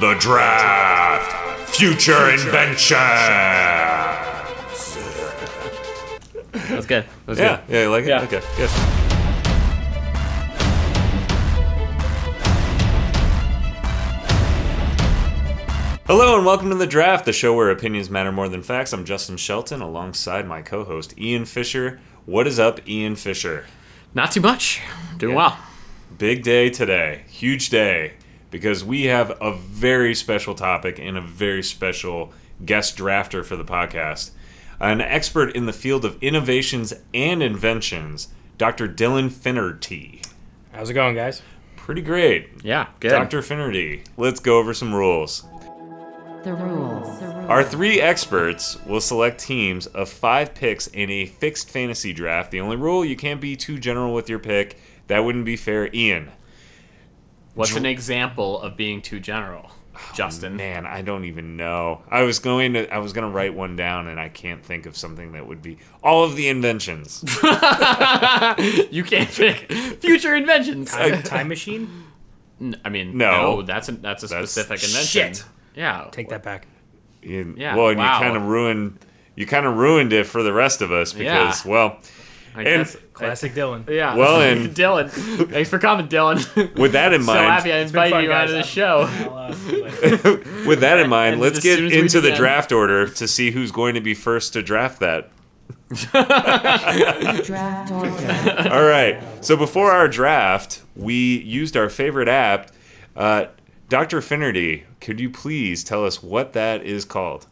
The draft. Future invention. That's good. That's Yeah, good. yeah, you like it? Yeah. Okay, good. Hello and welcome to The Draft, the show where opinions matter more than facts. I'm Justin Shelton alongside my co host, Ian Fisher. What is up, Ian Fisher? Not too much. Doing well. Big day today, huge day, because we have a very special topic and a very special guest drafter for the podcast. An expert in the field of innovations and inventions, Dr. Dylan Finnerty. How's it going, guys? Pretty great. Yeah, good. Dr. Finnerty, let's go over some rules. The rules. Our three experts will select teams of five picks in a fixed fantasy draft. The only rule, you can't be too general with your pick. That wouldn't be fair. Ian, What's an example of being too general, Justin? Oh, Man, I don't even know. I was going to I was gonna write one down and I can't think of something that would be all of the inventions. you can't pick future inventions. I, Time, time machine? mean, No. no, that's a that's a That's- specific invention. Shit. Yeah, Take that back. You- Yeah, well and wow. you kinda ruined you kinda ruined it for the rest of us because Yeah. well I and- guess. Classic Dylan. Yeah. Well, and- Dylan, thanks for coming, Dylan. with that in so mind happy I been invited fun, you out of the guys. show. with that in mind, and let's as get soon as we into the begin- draft order to see who's going to be first to draft that. Draft order. All right. So before our draft, we used our favorite app. Uh, Dr. Finnerty, could you please tell us what that is called?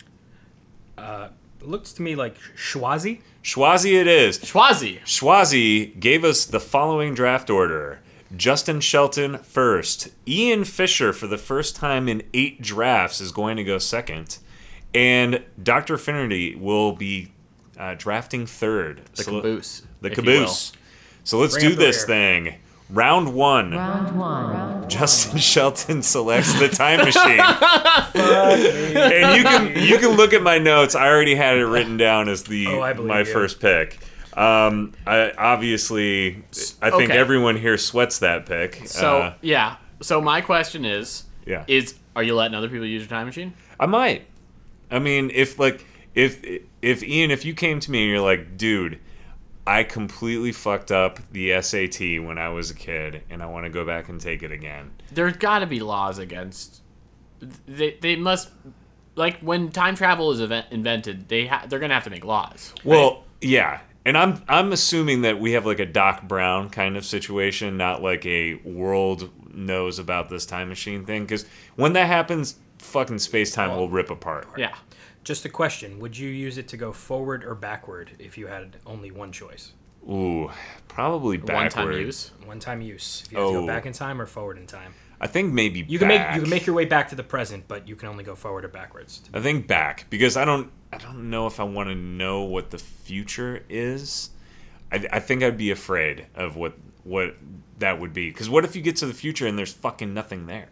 It looks to me like Schwazi. Schwazi it is. Schwazi. Schwazi gave us the following draft order Justin Shelton first. Ian Fisher, for the first time in eight drafts, is going to go second. And Dr. Finnerty will be uh, drafting third. The So- caboose. The if you will. caboose. So let's Bring do up the this thing. Round one. Round one. Justin Shelton selects the time machine. and you can you can look at my notes. I already had it written down as the Oh, I believe my you. first pick. Um, I, obviously, I think Okay. everyone here sweats that pick. So Uh, yeah. So my question is, Yeah. is are you letting other people use your time machine? I might. I mean, if like if if Ian, if you came to me and you're like, dude, I completely fucked up the SAT when I was a kid, and I want to go back and take it again. There's got to be laws against. They they must like when time travel is event, invented, they ha- they're gonna have to make laws. Well, yeah. And I'm I'm assuming that we have like a Doc Brown kind of situation, not like a world knows about this time machine thing. Because when that happens, fucking space time will rip apart. Yeah. Just a question. Would you use it to go forward or backward if you had only one choice? Ooh, probably One backwards. time use. One time use. If you have to Oh. go back in time or forward in time. I think maybe You can make you can make your way back to the present, but you can only go forward or backwards. I think back because I don't I don't know if I want to know what the future is. I, I think I'd be afraid of what what that would be because what if you get to the future and there's fucking nothing there,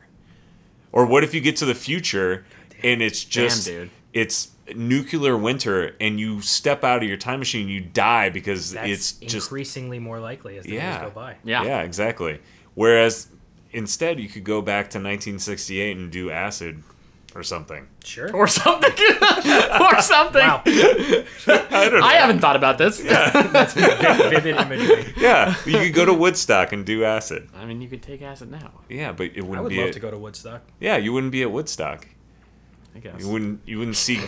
or what if you get to the future and it's just dude. it's nuclear winter and you step out of your time machine you die because That's it's just increasingly more likely as the Yeah. years go by. Yeah. yeah exactly. Whereas instead you could go back to 1968 and do acid or something. Sure. Or something. or something. wow. I haven't thought about this. Vivid imagery. Yeah, you could go to Woodstock and do acid. I mean, you could take acid now. Yeah, but it wouldn't I would be. love at, to go to Woodstock. Yeah, you wouldn't be at Woodstock. I guess. You wouldn't. You wouldn't see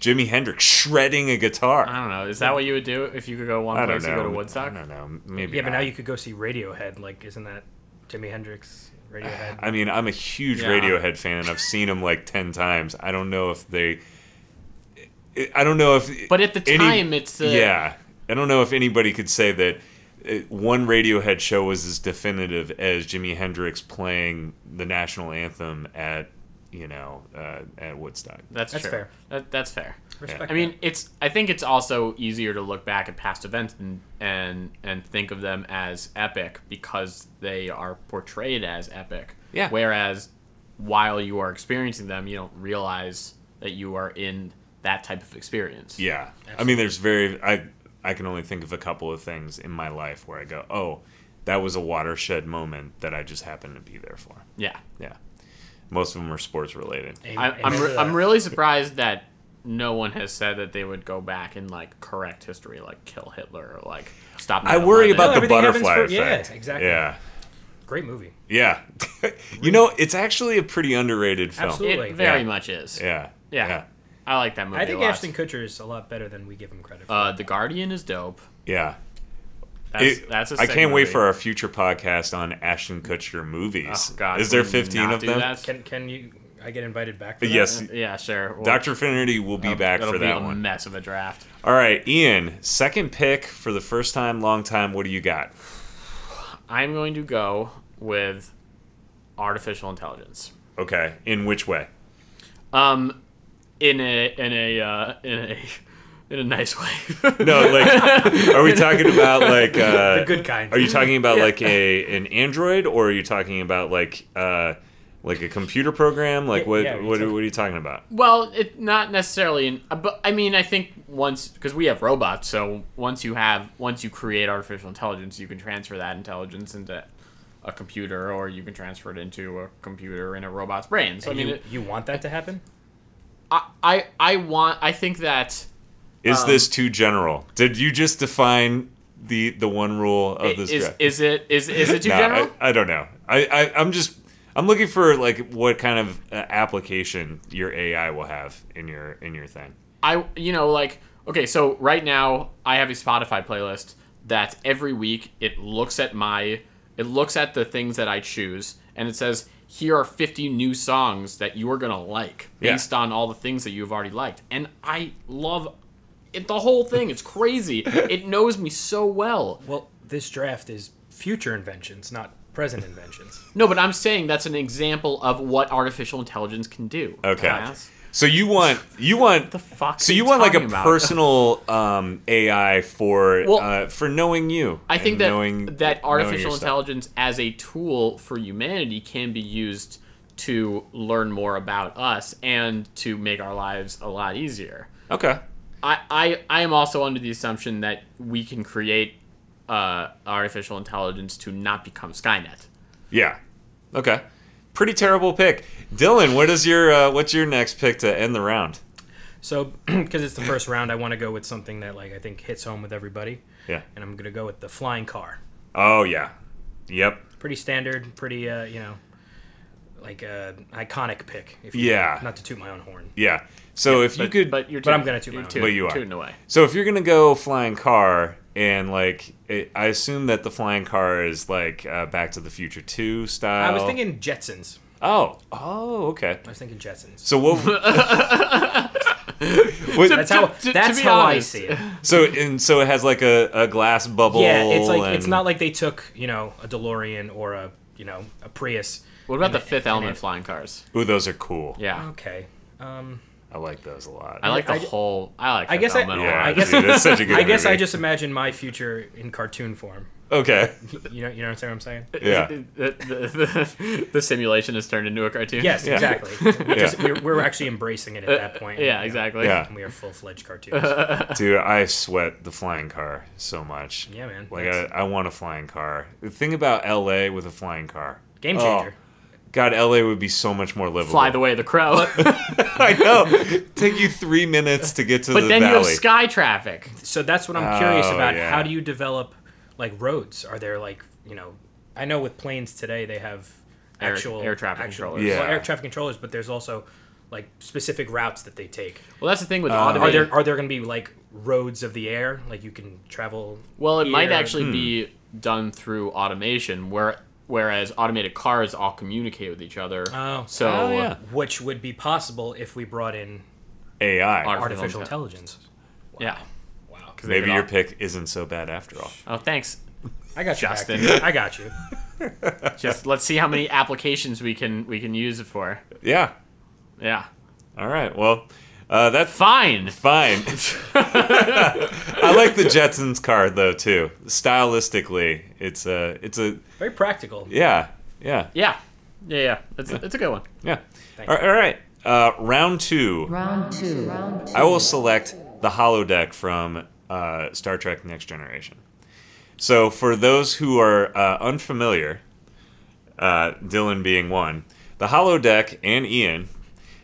Jimi Hendrix shredding a guitar. I don't know. Is that what you would do if you could go one I don't place know. you go to Woodstock? I don't know. Maybe. Yeah, but not. now you could go see Radiohead. Like, isn't that Jimi Hendrix? Radiohead. I mean, I'm a huge Yeah. Radiohead fan. I've seen them like ten times. I don't know if they. I- I don't know if. But at the any- time, it's uh, the yeah, I don't know if anybody could say that uh, one Radiohead show was as definitive as Jimi Hendrix playing the national anthem at you know uh, at Woodstock. That's, That's true. fair. That, that's fair. Respect I mean, it's. I think it's also easier to look back at past events and and and think of them as epic because they are portrayed as epic. Yeah. Whereas, while you are experiencing them, you don't realize that you are in that type of experience. Yeah. I mean, there's very I I can only think of a couple of things in my life where I go, "Oh, that was a watershed moment that I just happened to be there for." Yeah. Yeah. Most of them are sports related. I, Amen I'm, to re- that. I'm really surprised that no one has said that they would go back and like correct history, like kill Hitler or like stop. I worry Nine-Eleven. about the everything happens butterfly for- yeah, effect. exactly. Yeah. great movie. Yeah. you know, it's actually a pretty underrated film. Absolutely. It very Yeah. much is. Yeah. Yeah. I like that movie. I think a lot. Ashton Kutcher is a lot better than we give him credit for. Uh, the Guardian is dope. Yeah. That's It- that's. A I sick can't wait movie. for our future podcast on Ashton Kutcher movies. Oh, God, Is there we did 15 not of do them? that. can can you? I get invited back. For that? Yes. Yeah, sure. Well, Dr. Finnerty will be that'll- back that'll for be that a one. Mess of a draft. All right, Ian, second pick for the first time, long time. What do you got? I'm going to go with artificial intelligence. Okay. In which way? Um, in a in a uh, in a in a nice way. No, like, are we talking about like uh, the good kind. Are you talking about like a an Android, or are you talking about like uh, like a computer program? Like Yeah, what yeah, what, exactly. what are you talking about? Well, it not necessarily, in, uh, but I mean, I think once because we have robots, so once you have once you create artificial intelligence, you can transfer that intelligence into a computer, or you can transfer it into a computer in a robot's brain. So I mean, you, it, you want that to happen? I, I I want I think that Um, Is this too general? Did you just define the the one rule of Oh, this is draft? is it is is it too Nah, general? I, I don't know. I, I I'm just I'm looking for like what kind of uh, application your AI will have in your in your thing. I you know like okay, so right now I have a Spotify playlist that every week it looks at my it looks at the things that I choose and it says here are 50 new songs that you are going to like Yeah. based on all the things that you've already liked. And I love it the whole thing. It's crazy. it knows me so well. Well, this draft is future inventions, not present inventions. No, but I'm saying that's an example of what artificial intelligence can do. Okay. dumbass. So you want you want The fuck So are you you want like a talking about? personal um, AI for Well, uh, for knowing you. I think and that knowing, that knowing artificial your stuff. intelligence as a tool for humanity can be used to learn more about us and to make our lives a lot easier. Okay. I, I, I am also under the assumption that we can create uh, artificial intelligence to not become Skynet. Yeah. Okay. Pretty terrible pick, Dylan. What is your uh, what's your next pick to end the round? So, because it's the first round, I want to go with something that like I think hits home with everybody, Yeah. and I'm gonna go with the flying car. Oh yeah. Yep. Pretty standard, pretty uh, you know, like uh, iconic pick. If you Yeah. Not to toot my own horn, Yeah. So if you But- could, but you're but I'm tooting- gonna toot my you're own. tooting- But you are. tooting away. so if you're gonna go flying car and like, it, I assume that the flying car is like uh, Back to the Future Two style. I was thinking Jetsons. Oh. Oh. Okay. I was thinking Jetsons. So what? What- That's how. To- to that's be how honest. I see it. so and so it has like a, a glass bubble. Yeah, it's like it's and- not like they took you know a DeLorean or a you know a Prius. What about the fifth element it- flying cars? Ooh, those are cool. Yeah. Okay. Um, I like those a lot. I like the I- whole I like I Fifth guess I- Element a Yeah, lot. I guess- dude, that's such a good I guess I movie. just imagine my future in cartoon form. okay. You know, you know what I'm saying? Yeah. The, the- the- the simulation is turned into a cartoon. Yes, Yeah. exactly. We just, we're, we're actually embracing it at that point. you Uh, Yeah, know, exactly. Yeah. And we are full fledged cartoons. Dude, I sweat the flying car so much. Yeah, man. Like I, That's- I want a flying car. The thing about LA with a flying car. Oh, Game changer. God, LA would be so much more livable. Fly the way of the crow. I know. Take you three minutes to get to but the then you have valley. sky traffic. So that's what I'm curious Oh, about. yeah. How do you develop like roads? Are there like you know? I know with planes today they have Air- actual air traffic actual, controllers. Yeah. well, air traffic controllers, but there's also like specific routes that they take. Well, that's the thing Uh, with Are automated. there are there going to be like roads of the air? Like you can travel. well, it might here? actually be Hmm. done through automation, where whereas automated cars all communicate with each other. Oh. so Oh, yeah. which would be possible if we brought in AI. Art- artificial Artificial intelligence. yeah. Wow. 'Cause they Maybe could your all- pick isn't so bad after all. Oh, thanks. I got you, back. Justin. I got you. Just let's see how many applications we can we can use it for. Yeah. Yeah. All right. Well, uh, that's Fine. Fine. I like the Jetsons card though too. Stylistically, it's a it's a Very practical. yeah yeah Yeah. Yeah. Yeah. It's it's a good one. yeah. All right. All right. Uh, round two. Round two. Round two. I will select the holodeck from uh, Star Trek: Next Generation. So for those who are uh, unfamiliar, uh, Dylan being one, The holodeck and Ian.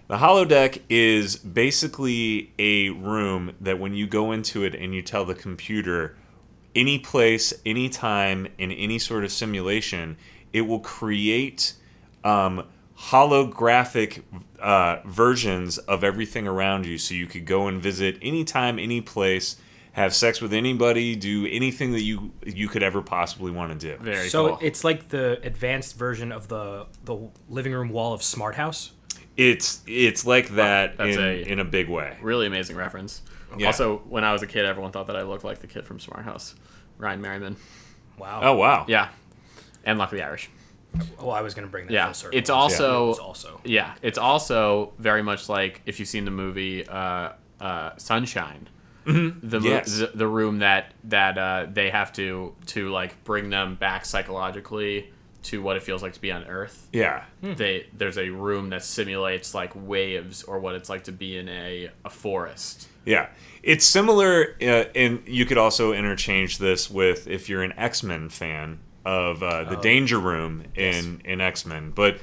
The holodeck is basically a room that when you go into it and you tell the computer any place, any time, in any sort of simulation, it will create um, holographic uh, versions of everything around you. So you could go and visit anytime, any place, have sex with anybody, do anything that you you could ever possibly want to do. Very so cool. it's like the advanced version of the the living room wall of Smart House. It's it's like that That's in, a- in a big way. really amazing reference. Yeah. Also, when I was a kid, everyone thought that I looked like the kid from Smart House, Ryan Merriman. Wow. Oh wow. Yeah, and Luckily Irish. Oh, I was gonna bring that. Yeah, full circle. it's also It's also. yeah, it's also very much like if you've seen the movie uh, uh, Sunshine, the, mo- Yes. the the room that that uh, they have to to like bring them back psychologically to what it feels like to be on Earth. Yeah. They there's a room that simulates like waves or what it's like to be in a, a forest. Yeah. It's similar, uh, and you could also interchange this with if you're an X Men fan of uh, Oh. the Danger Room in in X Men, but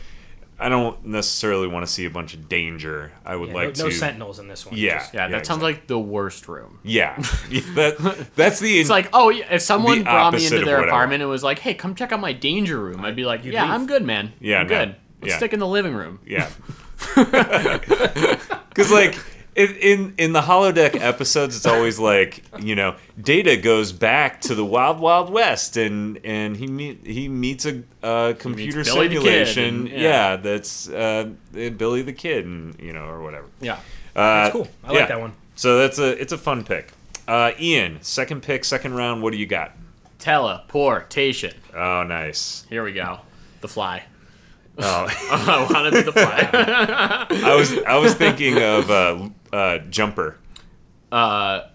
I don't necessarily want to see a bunch of danger. I would Yeah, like no, no to. sentinels in this one. Yeah. Just- Yeah, that sounds like the worst room. Yeah. Yeah, that, that's the. It's like, oh, yeah, if someone The brought me opposite into of their what I apartment and was like, "Hey, come check out my danger room," I'd be like, You'd "Yeah, leave. I'm good, man. Yeah, I'm no. good. Let's Yeah. stick in the living room." Yeah. Because like in, in in the holodeck episodes, it's always like you know, Data goes back to the Wild Wild West, and and he meet he meets a, a computer Billy the Kid simulation, and- yeah. yeah. that's uh, Billy the Kid, and you know, or whatever. Yeah. Uh, cool. I like that one. So that's a it's a fun pick. Uh, Ian, second pick, second round. What do you got? Teleportation. Oh, nice. Here we go. The fly. Oh, I want to be the fly. I was I was thinking of uh, uh, Jumper. uh,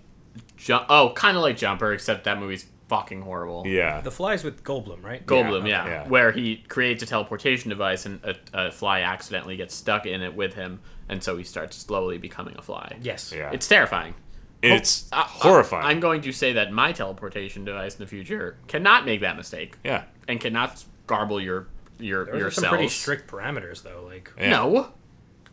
ju- oh, kind of like Jumper, except that movie's fucking horrible. Yeah. The flies with Goldblum, right? Goldblum, Yeah, yeah, okay. Yeah. where he creates a teleportation device and a, a fly accidentally gets stuck in it with him, and so he starts slowly becoming a fly. Yes. Yeah. It's terrifying. It's I- I- horrifying. I'm going to say that my teleportation device in the future cannot make that mistake yeah. and cannot garble your your Those your are some cells. pretty strict parameters, though. Like, Yeah. No.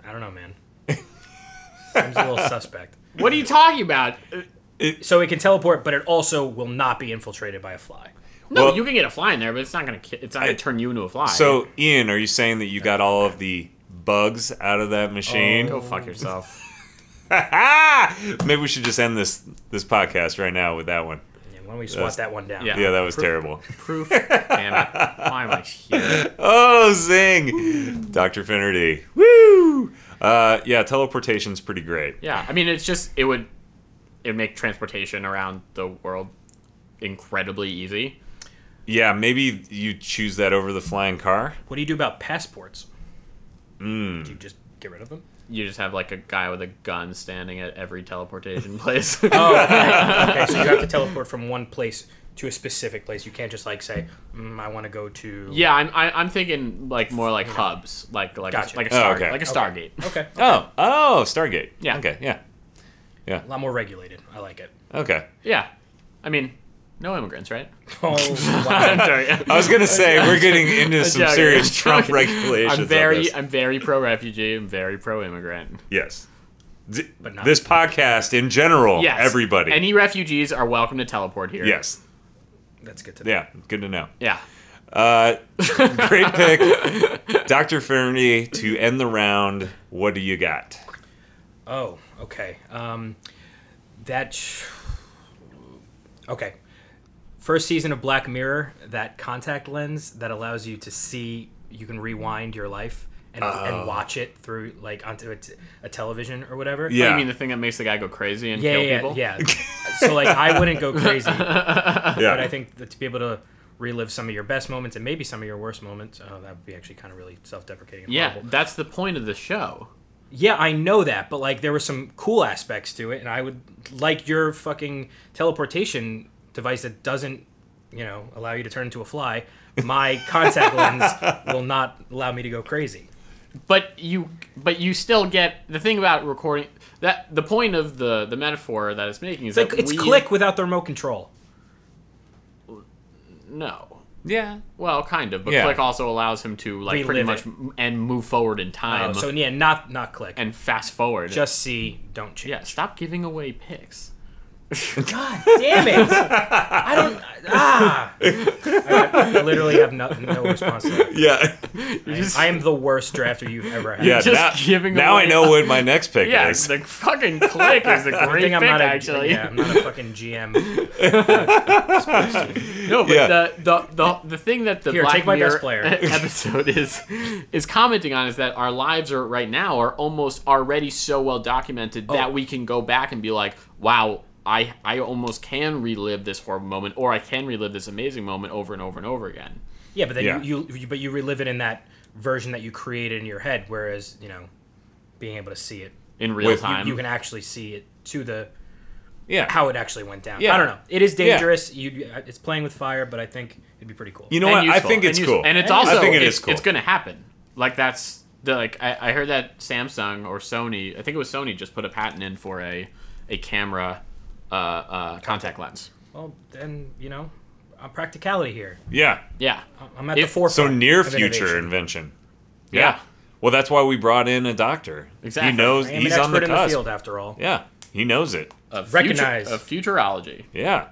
I don't know, man. Seems a little suspect. What are you talking about? Uh, So it can teleport, but it also will not be infiltrated by a fly. No, Well- you can get a fly in there, but it's not gonna ki- it's not gonna I- turn you into a fly. So, Ian, are you saying that you got all of the bugs out of that machine? Oh, go fuck yourself. Ah! Maybe we should just end this this podcast right now with that one. Yeah, why don't we swat that one down? yeah. Yeah, that was terrible. Proof. Damn it. Why am I here? Oh, zing! Dr. Finnerty. Woo! Uh, yeah, teleportation's pretty great. Yeah, I mean, it's just it would it would make transportation around the world incredibly easy. Yeah, maybe you choose that over the flying car. What do you do about passports? Hmm. Do you just get rid of them? You just have like a guy with a gun standing at every teleportation place. Oh. Okay, so you have to teleport from one place to a specific place. You can't just like say, mm, "I want to go to." Yeah, I'm I, I'm thinking like more like hubs, like like Gotcha. a, like a Oh, star, okay. like a Okay. Stargate. Okay. Oh, oh, Stargate. Yeah. Okay, yeah. A lot more regulated. I like it. Okay. Yeah, I mean, no immigrants, right? Oh wow. I'm sorry. I was going to say, we're getting into I'm some joking. serious I'm Trump joking. regulations. I'm on very this. I'm very pro refugee. I'm very pro immigrant. Yes. D- But not- this podcast in general, Yes, Oh, everybody. Any refugees are welcome to teleport here. yes. That's good to know. Yeah. Good to know. Yeah. Uh, great pick. Dr. Fernity, to end the round, what do you got? Oh, okay. Um, that. Sh- okay. First season of Black Mirror, that contact lens that allows you to see, you can rewind your life and, Oh. and watch it through, like, onto a, t- a television or whatever. Yeah. You mean the thing that makes the guy go crazy and Yeah, kill yeah, people? yeah. so, like, I wouldn't go crazy, Yeah. but I think that to be able to relive some of your best moments and maybe some of your worst moments, oh, that would be actually kind of really self deprecating. Yeah, that's the point of the show. Yeah, I know that, but like there were some cool aspects to it, and I would like your fucking teleportation device that doesn't, you know, allow you to turn into a fly. My contact lens will not allow me to go crazy. but you but you still get the thing about recording that the point of the the metaphor that it's making is It's like that it's we- click without the remote control. no Yeah. Well, kind of, but Yeah. Click also allows him to like pretty Relive much it. m and move forward in time Oh, so yeah, not not click. and fast forward. just see, don't change. yeah, stop giving away picks. God damn it! I don't. Ah, I literally have no, no response. To that. Yeah. I am the worst drafter you've ever had. Yeah. Just now giving now I away- know what my next pick Yeah, is. the fucking Click is a I great think pick I'm not a, actually. Yeah, I'm not a fucking GM. No, but Yeah. the, the the the thing that the Here, Black take my Mirror best player. episode is is commenting on is that our lives are right now are almost already so well Oh. documented that we can go back and be like, wow, I I almost can relive this horrible moment, or I can relive this amazing moment over and over and over again. Yeah, but then Yeah. You, you but you relive it in that version that you created in your head, whereas you know, being able to see it, in real With- you- time. you can actually see it to the yeah. how it actually went down. Yeah. I don't know. It is dangerous. You, uh, it's playing with fire, but I think it'd be pretty cool. You know And what? I useful, think and it's useful. cool. and it's I also think it it's, is cool. it's going to happen. Like that's the like I, I heard that Samsung or Sony, I think it was Sony, just put a patent in for a a camera uh, uh, contact lens. well, then you know, i practicality here. yeah. Yeah, I'm at the If- forefront. So near of future innovation. invention. Yeah. Yeah. Well, that's why we brought in a doctor. Exactly. He knows I am he's an on the expert cusp. in the field, after all. Yeah. He knows it. of Recognize. future, of futurology. Yeah.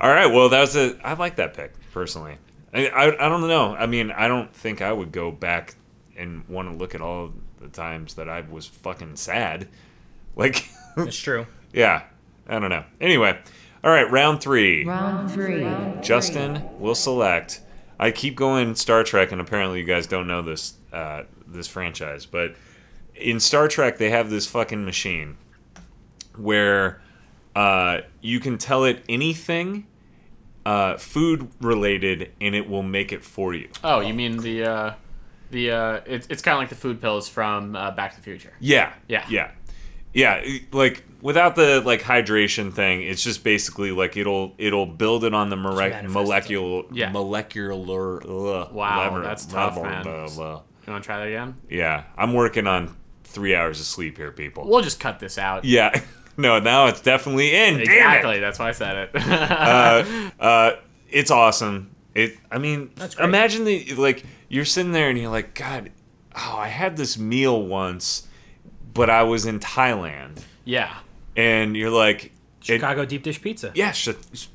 All right. Well, that was a. I like that pick personally. I, I I don't know. I mean, I don't think I would go back and want to look at all the times that I was fucking sad. Like, It's true. yeah. I don't know. Anyway. All right. Round three. Round three. Justin will select. I keep going Star Trek, and apparently you guys don't know this uh, this franchise, but in Star Trek they have this fucking machine where uh, you can tell it anything uh, food related, and it will make it for you. Oh, you mean the uh, the uh, it's it's kind of like the food pills from uh, Back to the Future. Yeah. Yeah. Yeah. Yeah, it- like without the like hydration thing, it's just basically like it'll it'll build it on the more- manifest molecular Yeah. molecular ugh, Wow, that's tough, man. blah. You want to try that again? Yeah, I'm working on three hours of sleep here, people. We'll just cut this out. Yeah, no, now it's definitely in. exactly. Damn it. That's why I said it. Uh, it's awesome. It. I mean, That's great. imagine the like you're sitting there and you're like, God, oh, I had this meal once, but I was in Thailand, yeah. and you're like, it- Chicago deep dish pizza. yeah, sh-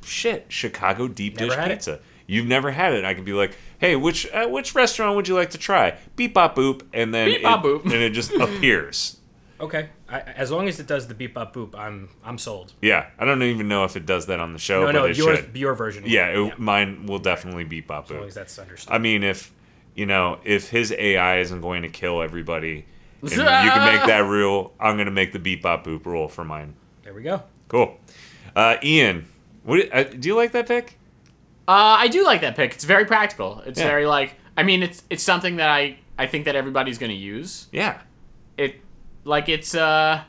shit, Chicago deep Never dish had it. pizza. You've never had it. I can be like, hey, which uh, which restaurant would you like to try? Beep bop boop, and then Beep, bop, it- boop. and it just appears. Okay. I, as long as it does the beep up boop, I'm I'm sold. Yeah, I don't even know if it does that on the show, No, but no, it your should. your version. Yeah, it, As mine will definitely beat Bob long Boop. as that's understood. I mean, if you know, if his AI isn't going to kill everybody, and you can make that rule. I'm going to make the beat Bob Boop rule for mine. there we go. Cool. Uh, Ian, what, uh, do you like that pick? Uh, I do like that pick. It's very practical. It's Yeah. very like I mean it's it's something that I I think that everybody's gonna use. Yeah. It like it's uh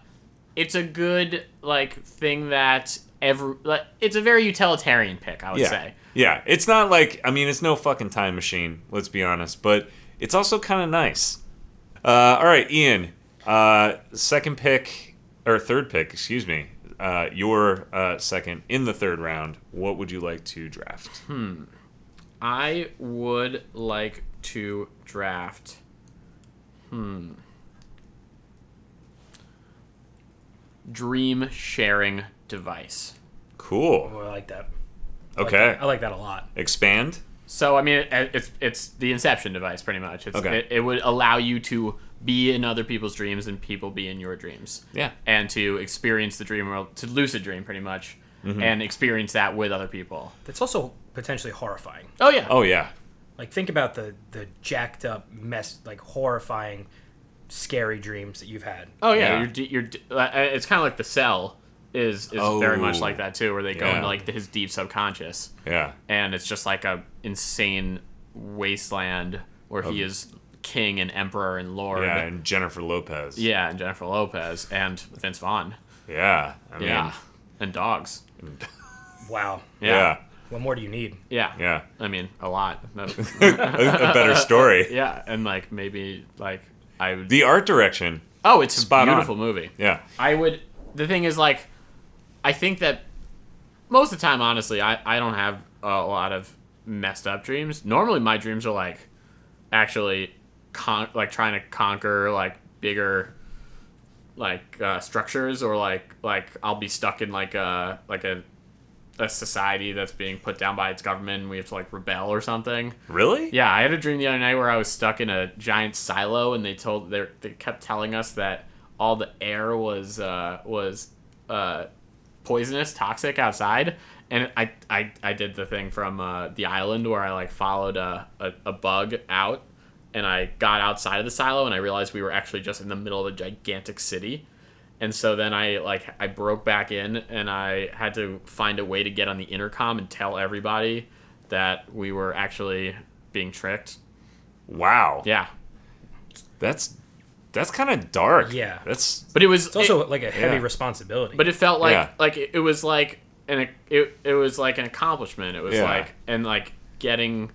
it's a good like thing that every like it's a very utilitarian pick. I would Yeah. say. Yeah. It's not like I mean, it's no fucking time machine. Let's be honest, but it's also kind of nice. Uh, all right, Ian. Uh, second pick or third pick? Excuse me. Uh, your uh, second in the third round. What would you like to draft? I would like to draft. Hmm. Dream sharing device. Cool. Oh, I like that. I like Okay. that. Oh. I like that a lot. Expand. So I mean, it, it's it's the Inception device, pretty much. It's, Okay. it, it would allow you to be in other people's dreams and people be in your dreams. Yeah. And to experience the dream world, to lucid dream, pretty much, Mm-hmm. and experience that with other people. That's also potentially horrifying. Oh yeah. Oh yeah. Like think about the the jacked up mess, like horrifying, scary dreams that you've had. Oh yeah, Yeah. you're d- you're d- uh, uh, it's kind of like the cell is is very much Oh. like that too, where they go Yeah. into like his deep subconscious, Yeah. and it's just like a insane wasteland where he is king and emperor and lord. Yeah. And Jennifer Lopez. Yeah, and Jennifer Lopez and Vince Vaughn. Yeah. I mean, Yeah, and dogs. Wow. Yeah. What more do you need? yeah, Yeah. I mean, a lot. A, a better story. yeah, and like maybe like I would. The art direction. oh, it's Spot a on. beautiful movie. Yeah. I would. The thing is, like, I think that most of the time, honestly, I, I don't have a lot of messed up dreams. Normally, my dreams are like actually con- like trying to conquer like bigger like uh, structures or like like I'll be stuck in like a like a a society that's being put down by its government and we have to like rebel or something. Really? Yeah, I had a dream the other night where I was stuck in a giant silo, and they told they they kept telling us that all the air was uh, was uh, poisonous, toxic outside. And I, I, I did the thing from uh, the island where I like followed a, a, a bug out, and I got outside of the silo, and I realized we were actually just in the middle of a gigantic city. And so then I like I broke back in and I had to find a way to get on the intercom and tell everybody that we were actually being tricked. Wow. Yeah. That's that's kind of dark. Yeah. That's But it was It's also like a heavy yeah. responsibility. but it felt like Yeah. like it, it was like an it, it was like an accomplishment. It was Yeah. like and like getting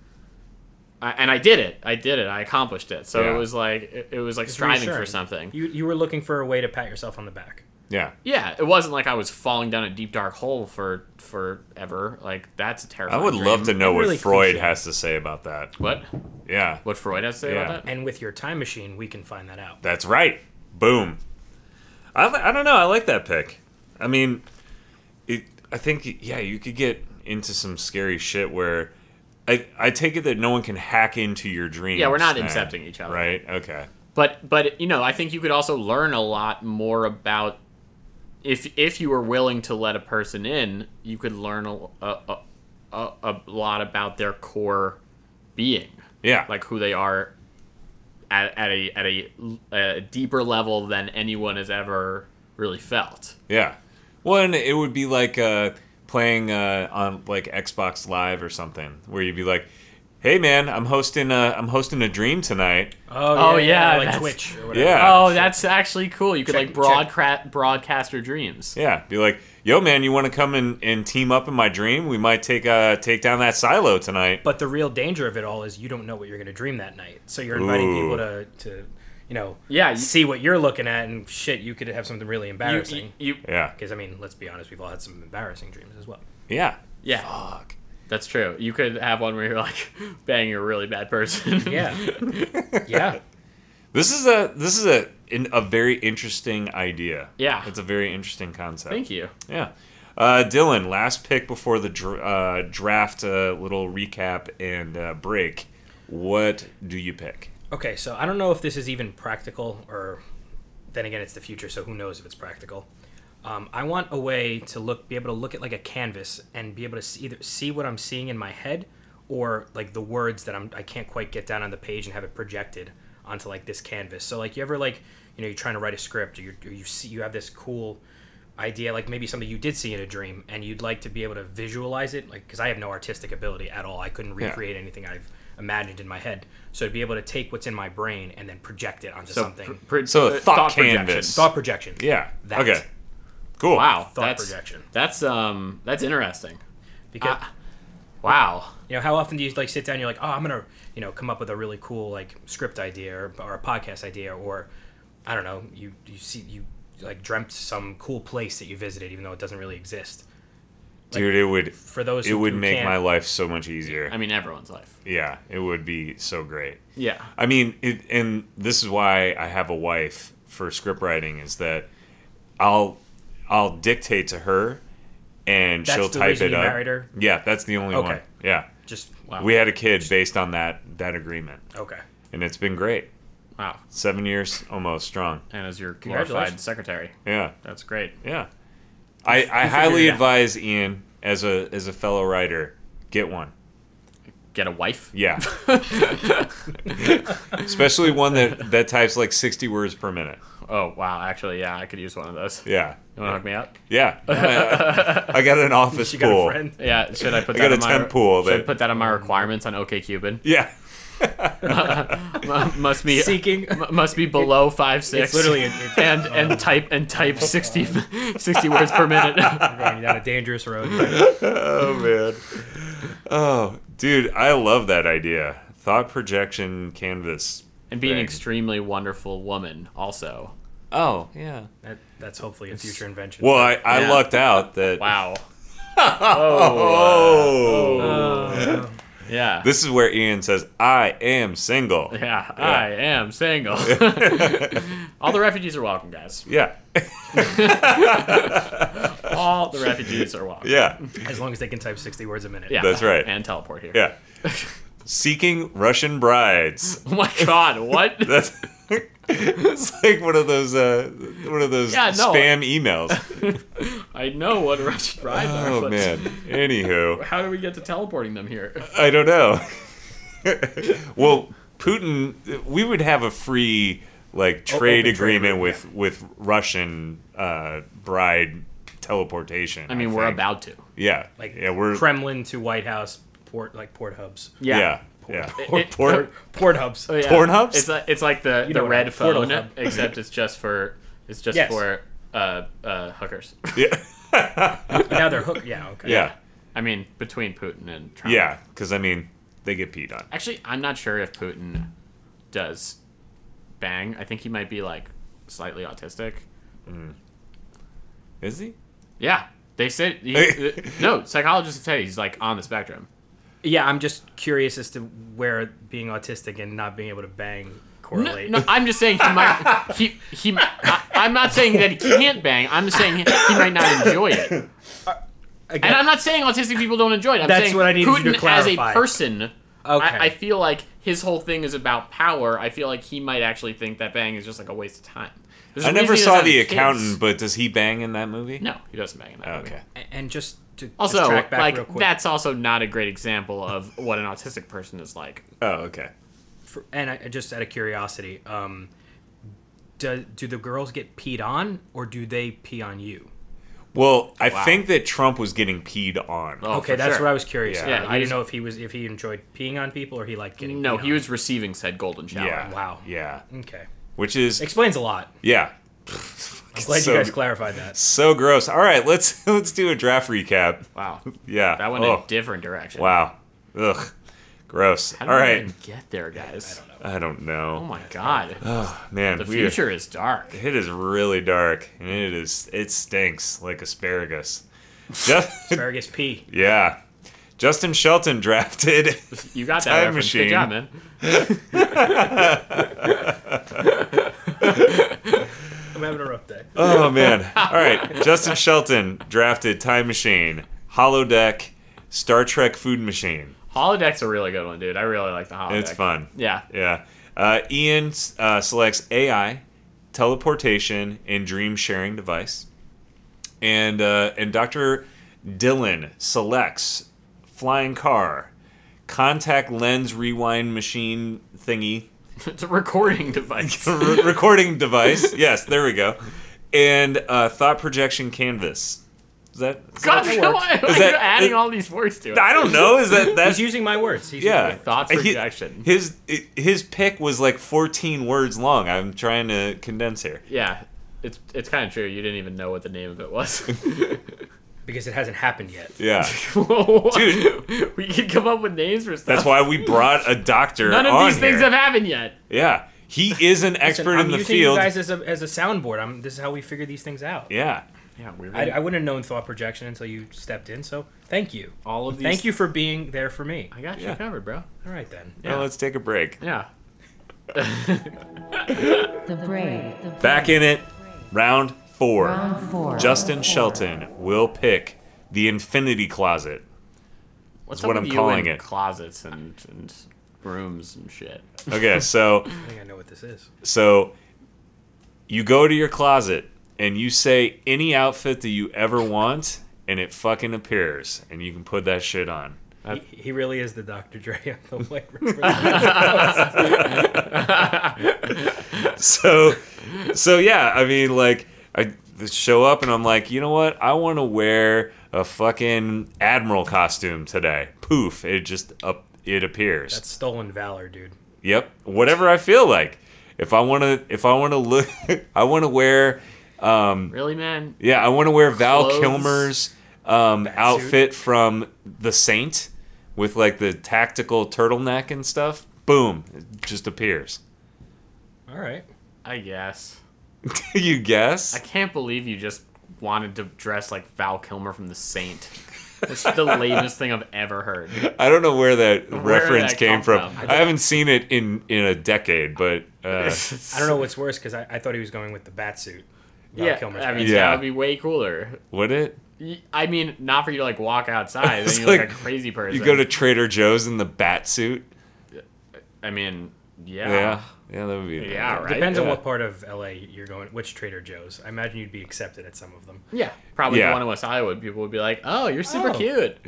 I, and I did it. I did it. I accomplished it. So Yeah. it was like it, it was like striving for reassuring. something. you you were looking for a way to pat yourself on the back. yeah. Yeah, it wasn't like I was falling down a deep dark hole for forever. Like that's a I terrifying. would love to dream. know what Really Freud cliche. has to say about that. What? Yeah. What Freud has to say Yeah. about that? And with your time machine, we can find that out. That's right. Boom. I, li- I don't know. I like that pick. I mean, it. I think yeah, you could get into some scary shit where I I take it that no one can hack into your dreams. Yeah, we're not then, incepting each other. Right. Okay. But but you know, I think you could also learn a lot more about if if you were willing to let a person in, you could learn a a, a, a lot about their core being, Yeah. like who they are at, at a at a, a deeper level than anyone has ever really felt. Yeah. Well, and it would be like uh, playing uh, on like Xbox Live or something, where you'd be like, "Hey, man, I'm hosting a I'm hosting a dream tonight." Oh, yeah, like that's- Twitch or whatever. Yeah. Oh, that's actually cool. You could Check- like check. broadcast broadcast your dreams. Yeah. Be like, "Yo, man, you want to come and, and team up in my dream? We might take uh take down that silo tonight." But the real danger of it all is you don't know what you're going to dream that night. So you're inviting Ooh. people to to you know Yeah, you- see what you're looking at and shit. You could have something really You, embarrassing. you, you- Yeah. Because I mean, let's be honest, we've all had some embarrassing dreams as well. Yeah. yeah. Fuck. That's true. You could have one where you're like banging a really bad person. Yeah, yeah. This is a this is a in, a very interesting idea. Yeah. It's a very interesting concept. Thank you. Yeah. Uh, Dylan, last pick before the dr- uh, draft, uh, little recap and uh, break. What do you pick? Okay, so I don't know if this is even practical, or then again, it's the future, so who knows if it's practical. Um, I want a way to look, be able to look at like a canvas and be able to see, either see what I'm seeing in my head, or like the words that I'm I can't quite get down on the page and have it projected onto like this canvas. So like you ever like you know you're trying to write a script or, you're, or you see you have this cool idea like maybe something you did see in a dream and you'd like to be able to visualize it like because i have no artistic ability at all i couldn't recreate anything i've imagined in my head so to be able to take what's in my brain and then project it onto something pr- pr- So a uh, thought projection. canvas. thought projection Yeah. That. Okay. Cool. Wow. thought that's projection that's um that's interesting. because Ah. Wow. you know how often do you like sit down and you're like oh i'm gonna you know come up with a really cool like script idea or, or a podcast idea or i don't know you you see you like dreamt some cool place that you visited even though it doesn't really exist Dude, it would for those it who- would who make can't- my life so much easier. I mean everyone's life. yeah, it would be so great. Yeah. I mean, it, and this is why I have a wife for script writing is that I'll I'll dictate to her, and That's she'll the type reason it you up. married her? Yeah, that's the only Okay. one. Yeah, just Wow. we had a kid based on that that agreement, okay and it's been great. wow. Seven years almost strong. And as your glorified Congratulations. secretary. Yeah, That's great. yeah. I, I figured highly it out. advise Ian as a as a fellow writer, get one. Get a wife. Yeah. Especially one that, that types like sixty words per minute. Oh wow. Actually, yeah, I could use one of those. Yeah. You want to hook me up? Yeah, I, I got an office she got pool. a friend Yeah. Should I put I that got a in my temp pool Should I that- put that on my requirements on OKCupid? Yeah, must be seeking M- must be below five six. it's literally an- it's- and and type and type 60, 60 words per minute. going down a dangerous road. oh man, oh dude, I love that idea. Thought projection canvas. and be an thing. extremely wonderful woman. Also, Oh yeah. That, that's hopefully a future invention. Well, I, I Yeah. lucked out that. wow. Oh. Uh, Yeah. This is where Ian says, "I am single." yeah, I am single. All the refugees are welcome, guys. Yeah, All the refugees are welcome. yeah, as long as they can type 60 words a minute. Yeah. That's right. And teleport here. yeah. Seeking Russian brides. Oh my god, what? That's it's like one of those uh, one of those Yeah, no. spam emails. I know what Russian brides are, Oh but man. Anywho, how do we get to teleporting them here? I don't know. well, Putin, we would have a free like trade open trade agreement agreement, with with Russian uh, bride teleportation. I mean, we're think. about to. yeah, Like yeah, we're Kremlin to White House, port like port hubs. yeah, yeah. It- it- Port- Port hubs. Oh, yeah. Pornhubs? It's like, it's like the, know the what red I'm- Portal phone, Hub. except it's just for it's just Yes. for uh, uh, hookers. yeah. Now they're hooked. Yeah, okay. Yeah, I mean, between Putin and Trump. yeah, because I mean, they get peed on. Actually, I'm not sure if Putin does bang. I think he might be like slightly autistic. Is he? Yeah, they said he, uh, no. Psychologists say he's like on the spectrum. Yeah, I'm just curious as to where being autistic and not being able to bang No, correlate. no, I'm just saying he might. He he. I, I'm not saying that he can't bang. I'm just saying he, he might not enjoy it. Uh, Again, And I'm not saying autistic people don't enjoy it. I'm That's saying what I needed Putin you to as clarify. a person. Okay. I, I feel like his whole thing is about power. I feel like he might actually think that bang is just like a waste of time. There's a I never reason he saw doesn't the have kids. accountant, but does he bang in that movie? No, he doesn't bang in that. movie. Okay. and just to Also, just track back real like quick, that's also not a great example of what an autistic person is like. Oh, okay. for- and I, I just out of curiosity, um, do, do the girls get peed on or do they pee on you? Well, I Wow. think that Trump was getting peed on. Oh, okay, for that's sure. what I was curious Yeah. about. Yeah, I he didn't was- know if he was if he enjoyed peeing on people or he liked getting. No, peed he on. was receiving said golden shower. Yeah. Wow. Yeah. Okay, Which is explains a lot. yeah. Glad so, you guys clarified that. so gross. All right, let's let's do a draft recap. Wow. Yeah. That went in Oh, a different direction. wow. Ugh. Gross. How All did we right. even get there, guys? I don't Oh know. my god. Man, the we- future is dark. it is really dark, and it is it stinks like asparagus. Just, Asparagus pee. yeah. Justin Shelton drafted. You got Time that reference. machine. Good job, man. I'm having a rough day. Uh, Oh man! All right, Justin Shelton drafted Time Machine, Holodeck, Star Trek Food Machine. Holodeck's a really good one, dude. I really like the holodeck. It's fun. Yeah. Yeah. Uh, Ian uh, selects AI, teleportation, and dream sharing device. And uh, and Dr. Dylan selects flying car, contact lens rewind machine thingy, It's a recording device. re- recording device. Yes, there we go. And uh, thought projection canvas. Is that? is God, that- why are Is you that- adding is- all these words to it? I don't know. Is that He's that's using my words. He's yeah using my- Thought He- projection. his his pick was like 14 words long. I'm trying to condense here. Yeah. It's it's kind of true. You didn't even know what the name of it was. because it hasn't happened yet. Yeah, Dude. We can come up with names for stuff. that's why we brought a doctor. None of on these things here. have happened yet. Yeah, he is an expert I'm in the using field. you guys as a, as a soundboard. I'm, this is how we figure these things out. yeah, Yeah, we're I, I wouldn't have known thought projection until you stepped in. So thank you. all of these. Thank you for being there for me. I got you Yeah. covered, bro. All right then. Now let's take a break. Yeah. The brave. The Back in it, round four. Round four. Justin Shelton will pick the Infinity Closet. What's That's up what with I'm you calling and it. Closets and and rooms and shit. Okay, so I think I know what this is. So you go to your closet and you say any outfit that you ever want, and it fucking appears, and you can put that shit on. Uh, He, he really is the Dr. Dre of the White River. So, so yeah, I mean, like, I show up and I'm like, you know what? I want to wear a fucking admiral costume today. Poof! It just up. It appears. That's stolen valor, dude. Yep. Whatever I feel like. If I want to, if I want to look, I want to wear Really, man? Yeah, I want to wear Val Clothes. Kilmer's um, suit. outfit from The Saint with like the tactical turtleneck and stuff. Boom, it just appears. All right. I guess. you guess? I can't believe you just wanted to dress like Val Kilmer from The Saint. It's the lamest thing I've ever heard. I don't know where that reference that came come from. from? I haven't seen it in in a decade, but uh, I don't know what's worse because I, I thought he was going with the bat suit. Val yeah, Kilmer's I mean bat Yeah. that would be way cooler. would it? Y- I mean, not for you to like walk outside, then It's you look like, like, a crazy person. You go to Trader Joe's in the bat suit. I mean, Yeah, yeah, yeah, that would be. Ah. Yeah, suit. right? Depends on Yeah. what part of LA you're going. Which Trader Joe's? I imagine you'd be accepted at some of them. yeah. Probably Yeah. the one in West Hollywood, people would be like, "Oh, you're super Oh. cute."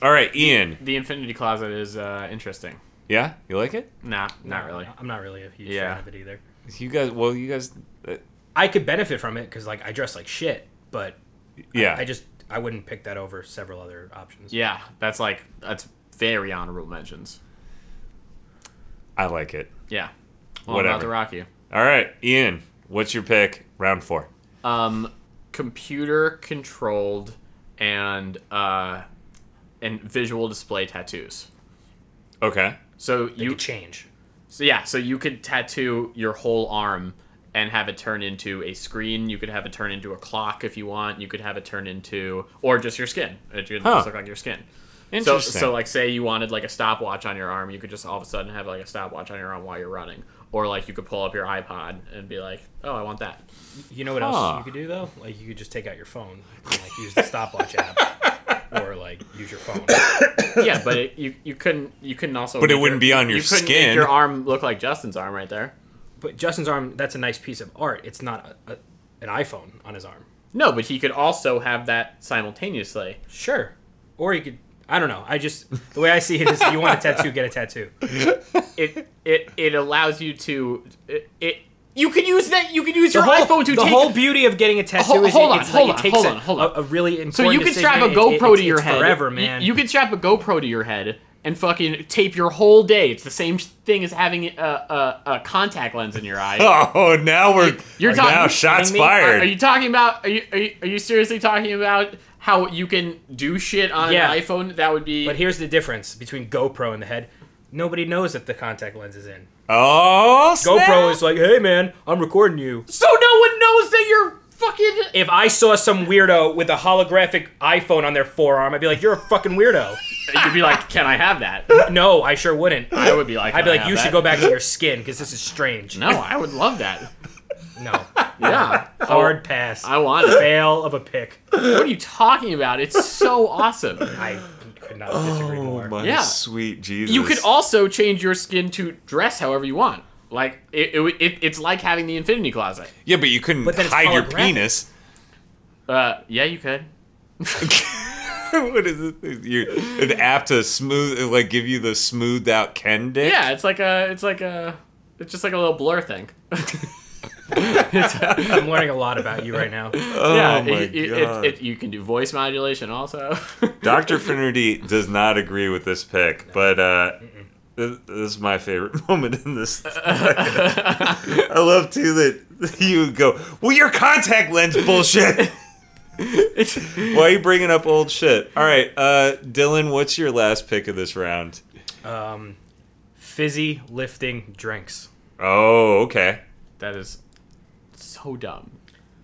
All right, Ian. The Infinity Closet is uh, interesting. Yeah, you like it? Nah, not really. I'm not really a huge Yeah. fan of it either. You guys? Well, you guys. Uh, I could benefit from it because like I dress like shit, but yeah, I just I wouldn't pick that over several other options. Yeah, that's like that's very honorable mentions. I like it. Yeah. Well, I'm Whatever. about to rock you. All right, Ian. What's your pick? Round four. um, computer controlled and uh, and visual display tattoos. Okay. So you you change. so yeah, so you could tattoo your whole arm and have it turn into a screen. You could have it turn into a clock if you want. You could have it turn into or just your skin. It could Huh. just look like your skin. So, Interesting. so like say you wanted like a stopwatch on your arm, you could just all of a sudden have like a stopwatch on your arm while you're running, or like you could pull up your iPod and be like, oh, I want that. You know what Huh. else you could do though? Like you could just take out your phone and like use the stopwatch app. Or like use your phone. yeah, but it, you you couldn't you couldn't also. But it make wouldn't be on your you couldn't skin. Make your arm look like Justin's arm right there. But Justin's arm—that's a nice piece of art. It's not a, a, an iPhone on his arm. No, but he could also have that simultaneously. Sure. Or you could. I don't know. I just the way I see it is, if you want a tattoo, get a tattoo. It it it allows you to it. it you can use that. You can use your iPhone to the take. whole beauty of getting a tattoo Hold- is hold it- on, it's hold on, like it takes hold a- on, hold a, on. a really important. so you can strap a decision. It- GoPro it- to it's- your it's head. forever, You- man. You, can strap a GoPro to your head and fucking tape your whole day. It's the same thing as having a a, a contact lens in your eye. Oh, now we're You're talking- now shots I mean, fired. Are, are you talking about? Are you, are you are you seriously talking about how you can do shit on Yeah. an iPhone? That would be. But here's the difference between GoPro and the head. Nobody knows that the contact lens is in. oh, snap. GoPro is like, hey man, I'm recording you. so no one knows that you're fucking. If I saw some weirdo with a holographic iPhone on their forearm, I'd be like, you're a fucking weirdo. You'd be like, can I have that? No, I sure wouldn't. I would be like, I'd be "Can I like, have you that?" should go back to your skin because this is strange. No, I would love that. No. Yeah, Oh, Hard pass. I want it. Fail of a pick. What are you talking about? It's so awesome. I could not disagree Oh more. My Yeah. sweet Jesus. You could also change your skin to dress however you want. Like it, it, would- it it's like having the infinity closet. Yeah, but you couldn't But then it's hide your holographic. penis. Uh, yeah, you could. what is it? You're an app to smooth, like give you the smoothed out Ken dick. Yeah, it's like a, it's like a, it's just like a little blur thing. It's- I'm learning a lot about you right now. Oh yeah, my it, it- it- god. it- you can do voice modulation also. Doctor Finnerty does not agree with this pick, but uh, th- this is my favorite moment in this. I love too that you go, "Well, your contact lens bullshit." Why are you bringing up old shit? All right, uh, Dylan, what's your last pick of this round? Um, fizzy lifting drinks. Oh, okay. that is so dumb.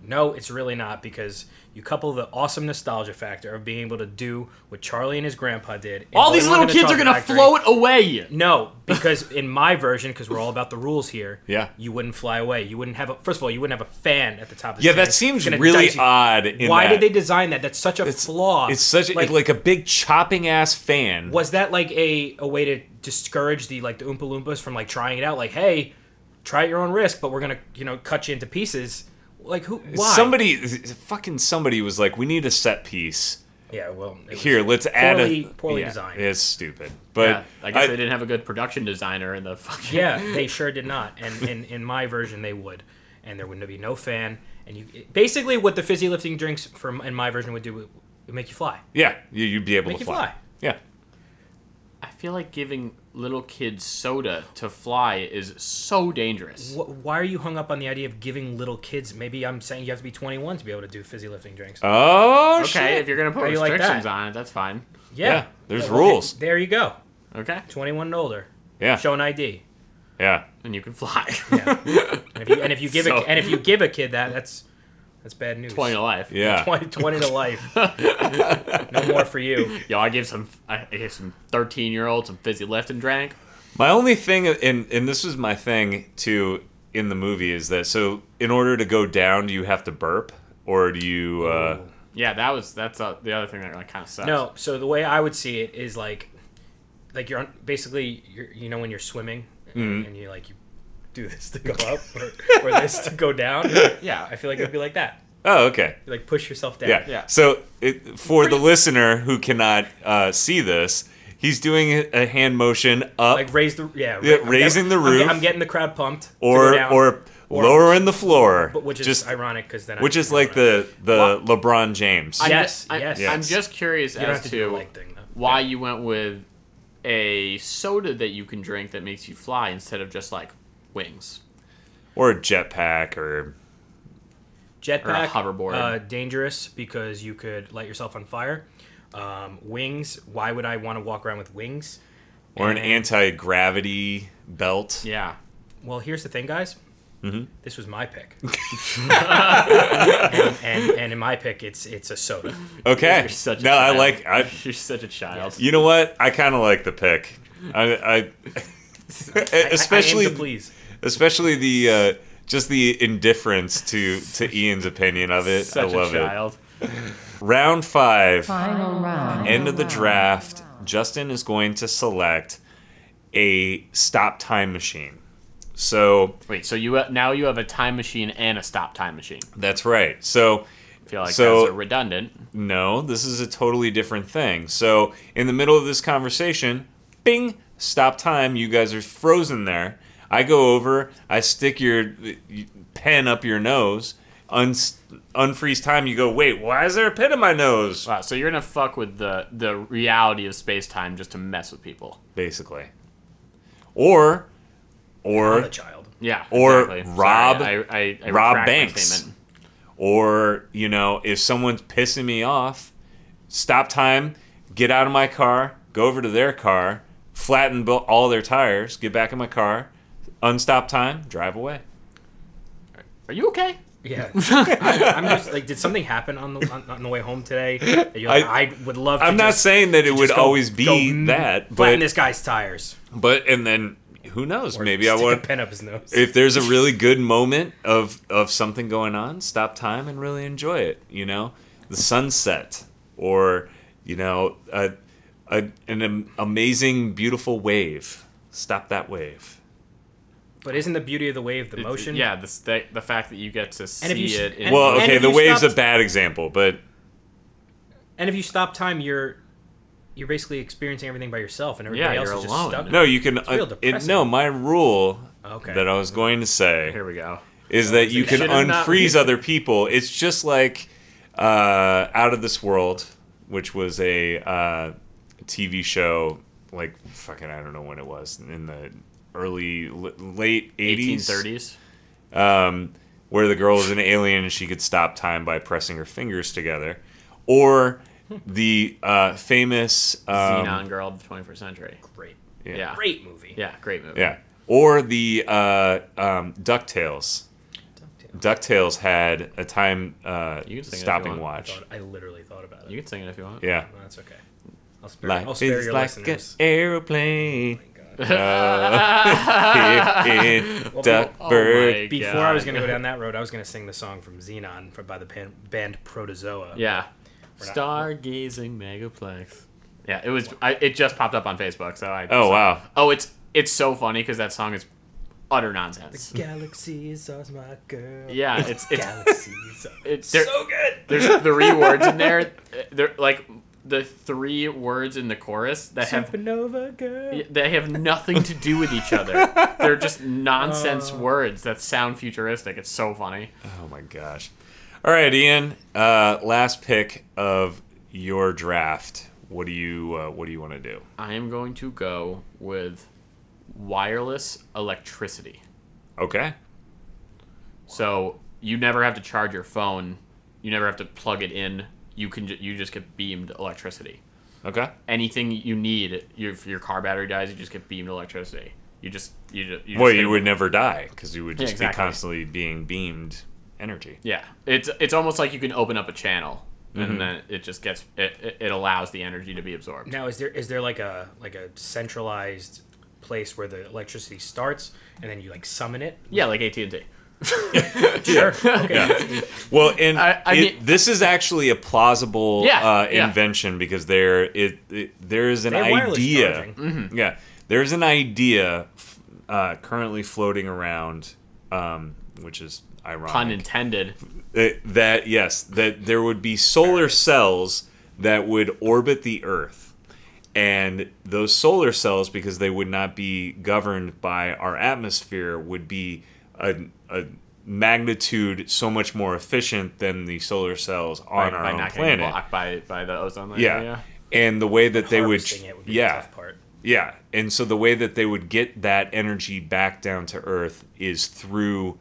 No, it's really not because you couple the awesome nostalgia factor of being able to do what Charlie and his grandpa did. and All these going little to kids are Chocolate gonna Factory. float away. No, because in my version, because we're all about the rules here. Yeah. You wouldn't fly away. You wouldn't have a. First of all, you wouldn't have a fan at the top of the Yeah, stand. that It's seems gonna really dice you. odd. In Why that. did they design that? That's such a flaw. It's such a, like, a big chopping ass fan. was that like a, a way to discourage the like the Oompa Loompas from like trying it out? Like, hey, try at your own risk, but we're gonna you know cut you into pieces. Like who? Why? Somebody, fucking somebody was like, "We need a set piece Yeah. Well. it was- here. Let's add a Poorly- poorly yeah, designed. It's stupid, but yeah, I guess they didn't have a good production designer in the fucking. Yeah, they sure did not. And in, in my version, they would, and there would be no fan. And you basically what the fizzy lifting drinks from in my version would do would, would make you fly. Yeah, you, you'd be able Make to you fly. fly. Yeah, I feel like giving little kids soda to fly is so dangerous. Wh- Why are you hung up on the idea of giving little kids? Maybe I'm saying you have to be 21 to be able to do fizzy lifting drinks. Oh Okay, if shit. you're gonna put How you like that? restrictions on it, that's fine. yeah. yeah, there's well, rules. th- There you go. Okay, 21 and older. Yeah, Show an ID. yeah. and you can fly. And if you, and if you give So- a, and if you give a kid that, that's That's bad news. Twenty to life. Yeah. 20, 20 to life. no more for you. Yo, I gave some I gave some thirteen year old some fizzy lift and drank. My only thing, and and this was my thing too in the movie is that so in order to go down, do you have to burp or do you? Uh, Yeah, that was that's uh, the other thing that like, kind of sucks. No, so the way I would see it is like, like you're on, basically you're, you know when you're swimming Mm-hmm. and you like you do this to go up or, or this to go down. Yeah. I feel like it'd be like that. oh, okay. You like push yourself down. Yeah. Yeah. So it, for the listener who cannot uh, see this, he's doing a- a hand motion up Like raise the yeah, Yeah, ra- I'm raising get- the I'm get- roof. I'm, getting the crowd pumped to go or down, or or- lowering the floor, but which is just ironic because then I- which is I like don't know. the the LeBron James. I'm ju- Yes, I- yes. I'm just curious you don't as have to to, do the leg thing though. why you went with a soda that you can drink that makes you fly instead of just like wings. or a jetpack or Jetpack, hoverboard. uh, dangerous because you could light yourself on fire. Um, wings. Why would I want to walk around with wings? or an And- anti gravity belt. Yeah. Well, here's the thing, guys. Mm-hmm. This was my pick, and, and and in my pick, it's it's a soda. Okay. You're such a no, I child. like. I, You're such a child. you know what? I kind of like the pick. I, I I- especially I, aim to please. especially the uh, just the indifference to to Ian's opinion of it. Such I love a it. child. Round five, Final round. end of the draft. Justin is going to select a stop time machine. So Wait, so you uh, now you have a time machine and a stop time machine. that's right. So I feel like So- that's a redundant. No, this is a totally different thing. So, in the middle of this conversation, bing, stop time. You guys are frozen there. I go over, I stick your y- pen up your nose, un- unfreeze time. You go, wait, why is there a pin in my nose? Wow, so you're gonna fuck with the the reality of space time just to mess with people. Basically. Or, I'm a or, child. Yeah. Or exactly. Sorry, rob- I, I, I rob retract my banks. statement. or, you know, if someone's pissing me off, stop time, get out of my car, go over to their car, flatten bo- all their tires, get back in my car, unstop time, drive away. Are you okay? Yeah, I, I'm just like, did something happen on the on, on the way home today? That you're like, I, I- would love. to I'm not just saying that it would just go- always be go m- that, flatten but this guy's tires. but and then who knows? Or Maybe I stick a want pen up his nose. if there's a really good moment of of something going on, stop time and really enjoy it. You know, the sunset or you know a, a an am- amazing beautiful wave. Stop that wave. but isn't the beauty of the wave the It's- motion? Yeah, the, the, the fact that you get to see if you s- it. In, and- Well, and okay, if the you wave's stopped- a bad example, but And if you stop time, you're you're basically experiencing everything by yourself, and Yeah, everybody else you're is alone. just stuck. no, you can. real uh, it, depressing. no, my rule Okay. that I was going to say. here we go. is that you can should have not- unfreeze other people. It's just like uh, Out of This World, which was a uh, TV show, like fucking I don't know when it was in the early l- late eighties, 1830s. um, where the girl was an alien and she could stop time by pressing her fingers together, or the uh, famous um, Xenon girl of the 21st century. Great, Yeah. Yeah. great movie. Yeah, great movie. yeah, or the uh, um, Ducktales. DuckTales. DuckTales had a time uh, You can sing it if you stopping want. I, watch. thought, I literally thought about it. You can sing it if you want. Yeah. Well, that's okay. I'll spare, Life I'll spare is your like an listeners. aeroplane. God. Uh, here in duck oh my- bird. Before God. I was going to go down that road, I was going to sing the song from Xenon for, by the pan, band Protozoa. Yeah. not- Stargazing megaplex. Yeah, it was. I, it just popped up on Facebook, so I. Oh wow! Oh, it's it's so funny because that song is utter nonsense. Galaxies are my girl. Yeah, it's it's, Galaxies are it's there, so Oh, good. there's three words in there. They're like the three words in the chorus that have Supernova girl. they have nothing to do with each other. They're just nonsense words that sound futuristic. It's so funny. Oh my gosh! All right, Ian. Uh, last pick of your draft. What do you uh, What do you want to do? I am going to go with wireless electricity. Okay. So you never have to charge your phone. You never have to plug it in. You can ju- you just get beamed electricity. Okay. Anything you need, your, if your car battery dies, you just get beamed electricity. You just you just you just Well, get- you would never die because you would Yeah, just be exactly. constantly being beamed energy. Yeah, it's it's almost like you can open up a channel, Mm-hmm. and then it just gets it, it, it allows the energy to be absorbed. Now, is there is there like a like a centralized place where the electricity starts and then you like summon it? Yeah, like AT and T. Sure. Okay. Well, and I- I it- mean- this is actually a plausible Yeah, uh, yeah. invention because there it, it there is an They have wireless idea. charging. Mm-hmm. Yeah, there is an idea f- uh, currently floating around, um, which is ironic. Pun intended. that- Uh, that yes, that there would be solar cells that would orbit the Earth, and those solar cells, because they would not be governed by our atmosphere, would be a, a magnitude so much more efficient than the solar cells on our by own not getting planet. blocked by by the ozone layer. Yeah. yeah. and the way that they would, Harvesting it would be the yeah, tough part. yeah, and so the way that they would get that energy back down to Earth is through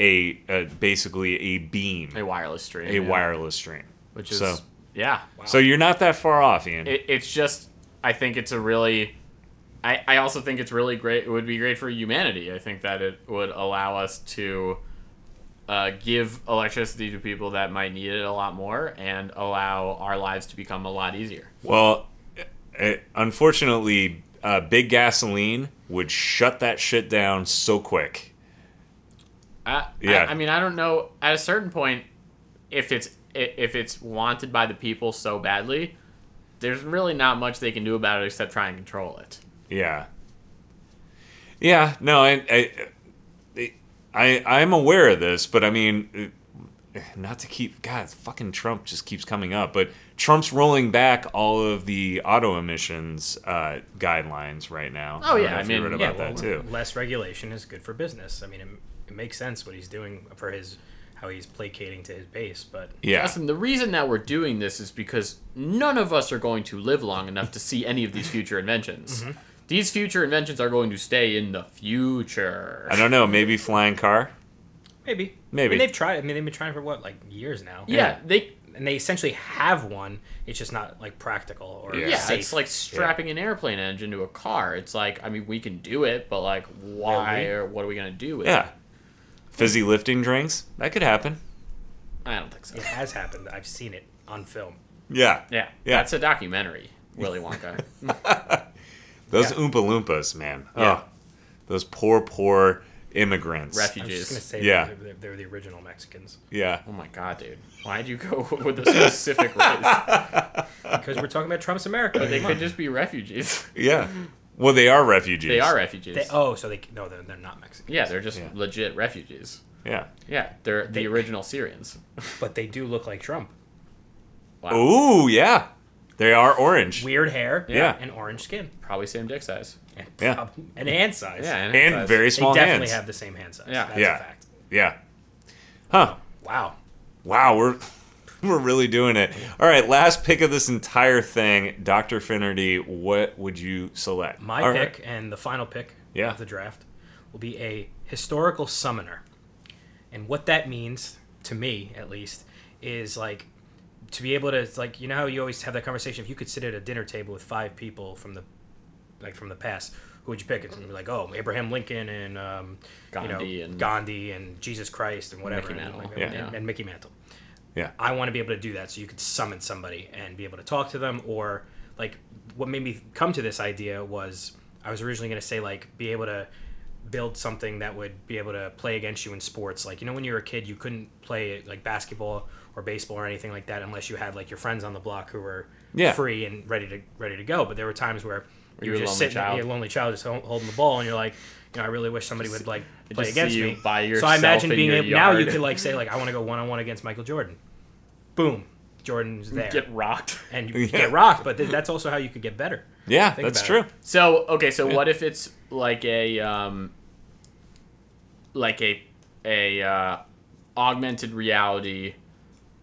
a, a basically a beam a wireless stream. a yeah. wireless stream. which is so. yeah. So you're not that far off, Ian. It, it's just I think it's a really. I, I also think it's really great. It would be great for humanity. I think that it would allow us to uh, give electricity to people that might need it a lot more and allow our lives to become a lot easier. well, it, unfortunately, uh, big gasoline would shut that shit down so quick. I, Yeah. I, I mean, I don't know. At a certain point, if it's i- if it's wanted by the people so badly, there's really not much they can do about it except try and control it. Yeah. Yeah. No, I, I, I, I'm aware of this, but I mean, eh, not to keep God, fucking Trump just keeps coming up, but Trump's rolling back all of the auto emissions uh, guidelines right now. Oh, don't yeah, know I if you mean, read yeah, about that well, too. Less regulation is good for business. I mean, it, it makes sense what he's doing for his how he's placating to his base, but Yeah. Justin, the reason that we're doing this is because none of us are going to live long enough to see any of these future inventions. These future inventions are going to stay in the future. I don't know. Maybe flying car. maybe Maybe. I mean, they've tried. I mean, they've been trying for what like years now. Yeah, they. and they essentially have one. It's just not like practical or Yeah. Yeah, safe. it's like strapping an airplane engine to a car. It's like, I mean, we can do it, but like, why Really? or what are we gonna do with Yeah. it? Fizzy lifting drinks. That could happen. I don't think so. it has happened. I've seen it on film. Yeah. Yeah, Yeah. that's a documentary, Willy Wonka. Those Yeah. Oompa Loompas, man. Yeah. Oh, those poor, poor immigrants. I'm just gonna Refugees. say Yeah. they're, they're, they're the original Mexicans Yeah. Oh my god, dude! Why'd you go with a specific race? because we're talking about Trump's America. They Come on. could just be refugees. Yeah. Well, they are refugees. They are refugees. They- oh, so they no, they're, they're not Mexican, Yeah, they're just Yeah. legit refugees. Yeah. Yeah, they're the They- original Syrians. but they do look like Trump. Wow. Ooh, yeah. They are orange. Weird hair, Yeah. and orange skin, Probably same dick size. and, Yeah. prob- and hand size. Yeah, and size. very they small definitely hands. have the same hand size. Yeah. that's Yeah. a fact. Yeah. Huh. Wow. Wow, we're we're really doing it. All right, last pick of this entire thing, Dr. Finnerty, what would you select? My All right. pick and the final pick Yeah. of the draft will be a historical summoner. And what that means, to me at least, is like to be able to it's like you know how you always have that conversation if you could sit at a dinner table with five people from the like from the past, who would you pick? It's gonna be like, oh, Abraham Lincoln and um, Gandhi you know, and- Gandhi and Jesus Christ and whatever, Mickey and, Mantle. like, Yeah. and- Yeah. and Mickey Mantle. Yeah. I want to be able to do that. So you could summon somebody and be able to talk to them, or like what made me come to this idea was I was originally going to say like be able to build something that would be able to play against you in sports. Like you know when you were a kid, you couldn't play like basketball or baseball or anything like that unless you had like your friends on the block who were Yeah. free and ready to ready to go. But there were times where you you were were a just lonely sitting, there, child. you're a lonely child, just hol- holding the ball, and you're like, you know, I really wish somebody would like I play just against see you me by so I yourself imagine in being your able, now you yard. could like say like I want to go one on one against Michael Jordan. Boom, Jordan's there, Get rocked. and you Yeah. get rocked. But th- that's also how you could get better. Yeah, Think that's about true. it. So okay, so what if it's like a um, like a a uh, augmented reality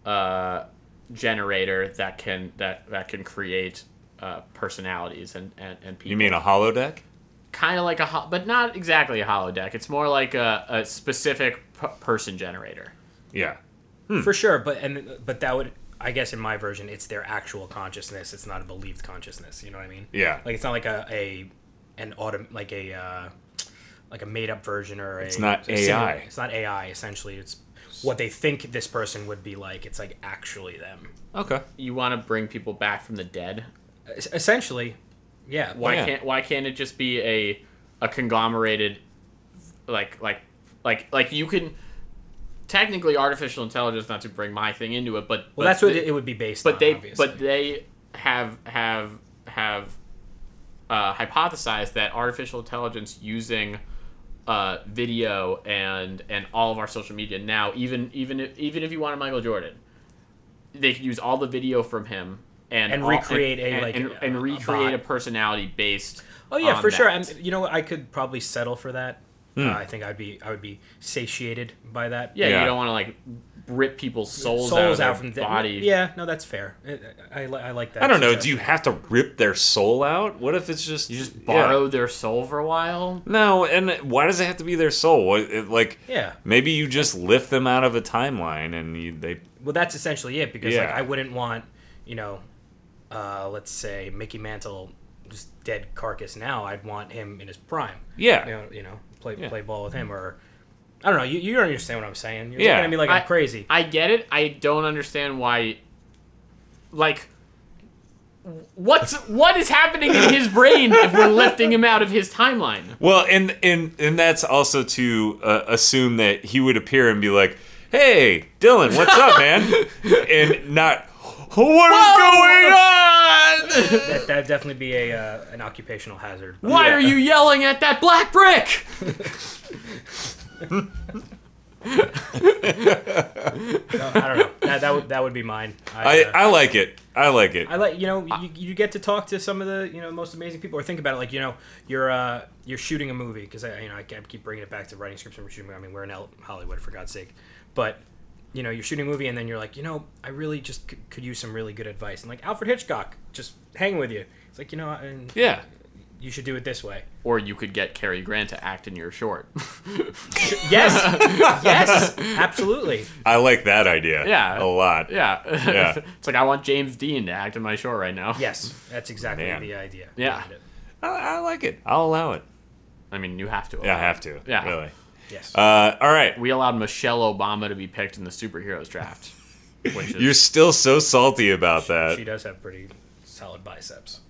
uh, generator that can that that can create uh, personalities and and, and people. You mean a holodeck? kind of like a ho- but not exactly a holodeck. It's more like a, a specific p- person generator. Yeah. for sure. But and but that would I guess in my version it's their actual consciousness. It's not a believed consciousness. You know what I mean? Yeah. Like it's not like a, a an auto like a uh, like a made up version or a, It's not a simula- AI. it's not AI essentially. It's what they think this person would be like. It's like actually them. Okay. You want to bring people back from the dead? Es- essentially, yeah. Why Yeah. can't Why can't it just be a a conglomerated like like like like you can technically artificial intelligence not to bring my thing into it, but but Well, that's what the- it would be based on. but they obviously. but they have have have uh, hypothesized that artificial intelligence using uh, video and and all of our social media now even even if, even if you wanted Michael Jordan they could use all the video from him and And all- recreate a, and, like, and, a- and a recreate bot. a personality based Oh yeah, on for sure. I'm, that. Hmm. you know, what? I could probably settle for that. Uh, I think I'd be I would be satiated by that. yeah, Yeah. you don't want to like rip people's souls, souls out, out of from their the body Yeah, no, that's fair. I, I, li- I like that. I don't know. Do suggestion. you have to rip their soul out? What if it's just you just yeah. borrow their soul for a while No, and why does it have to be their soul? What- it- like, Yeah. maybe you just lift them out of a timeline and you, they. Well, that's essentially it because like Yeah. I wouldn't want, you know, uh, let's say Mickey Mantle just dead carcass now. I'd want him in his prime. Yeah. You know, you know play Yeah. play ball with him or I don't know. You, you understand what I'm saying? You're Yeah. looking at me like I'm I- crazy. I get it. I don't understand why. Like, what's what is happening in his brain if we're lifting him out of his timeline? Well, and and and that's also to uh, assume that he would appear and be like, "Hey, Dylan, what's up, man?" and not, "What is going on?" that that'd definitely be a uh, an occupational hazard. Why are you yelling at that black brick? No, I don't know. That, that would that would be mine. I uh, I like it. I like it. I like you know you, you get to talk to some of the you know most amazing people or think about it like you know you're uh you're shooting a movie because I you know I kept- keep bringing it back to writing scripts and shooting I mean we're in L- Hollywood for God's sake but you know you're shooting a movie and then you're like you know I really just c- could use some really good advice and like Alfred Hitchcock just hanging with you it's like you know and yeah. you should do it this way Or you could get Cary Grant to act in your short. yes yes absolutely I like that idea. Yeah. A lot. yeah. Yeah. it's like I want James Dean to act in my short right now. yes that's exactly Man. the idea Yeah. behind it. I, I like it. I'll allow it. I mean, you have to. Yeah, I have to. Yeah. Really. yes Uh, all right. We allowed Michelle Obama to be picked in the superheroes draft. Which is You're still so salty about that. she does have pretty solid biceps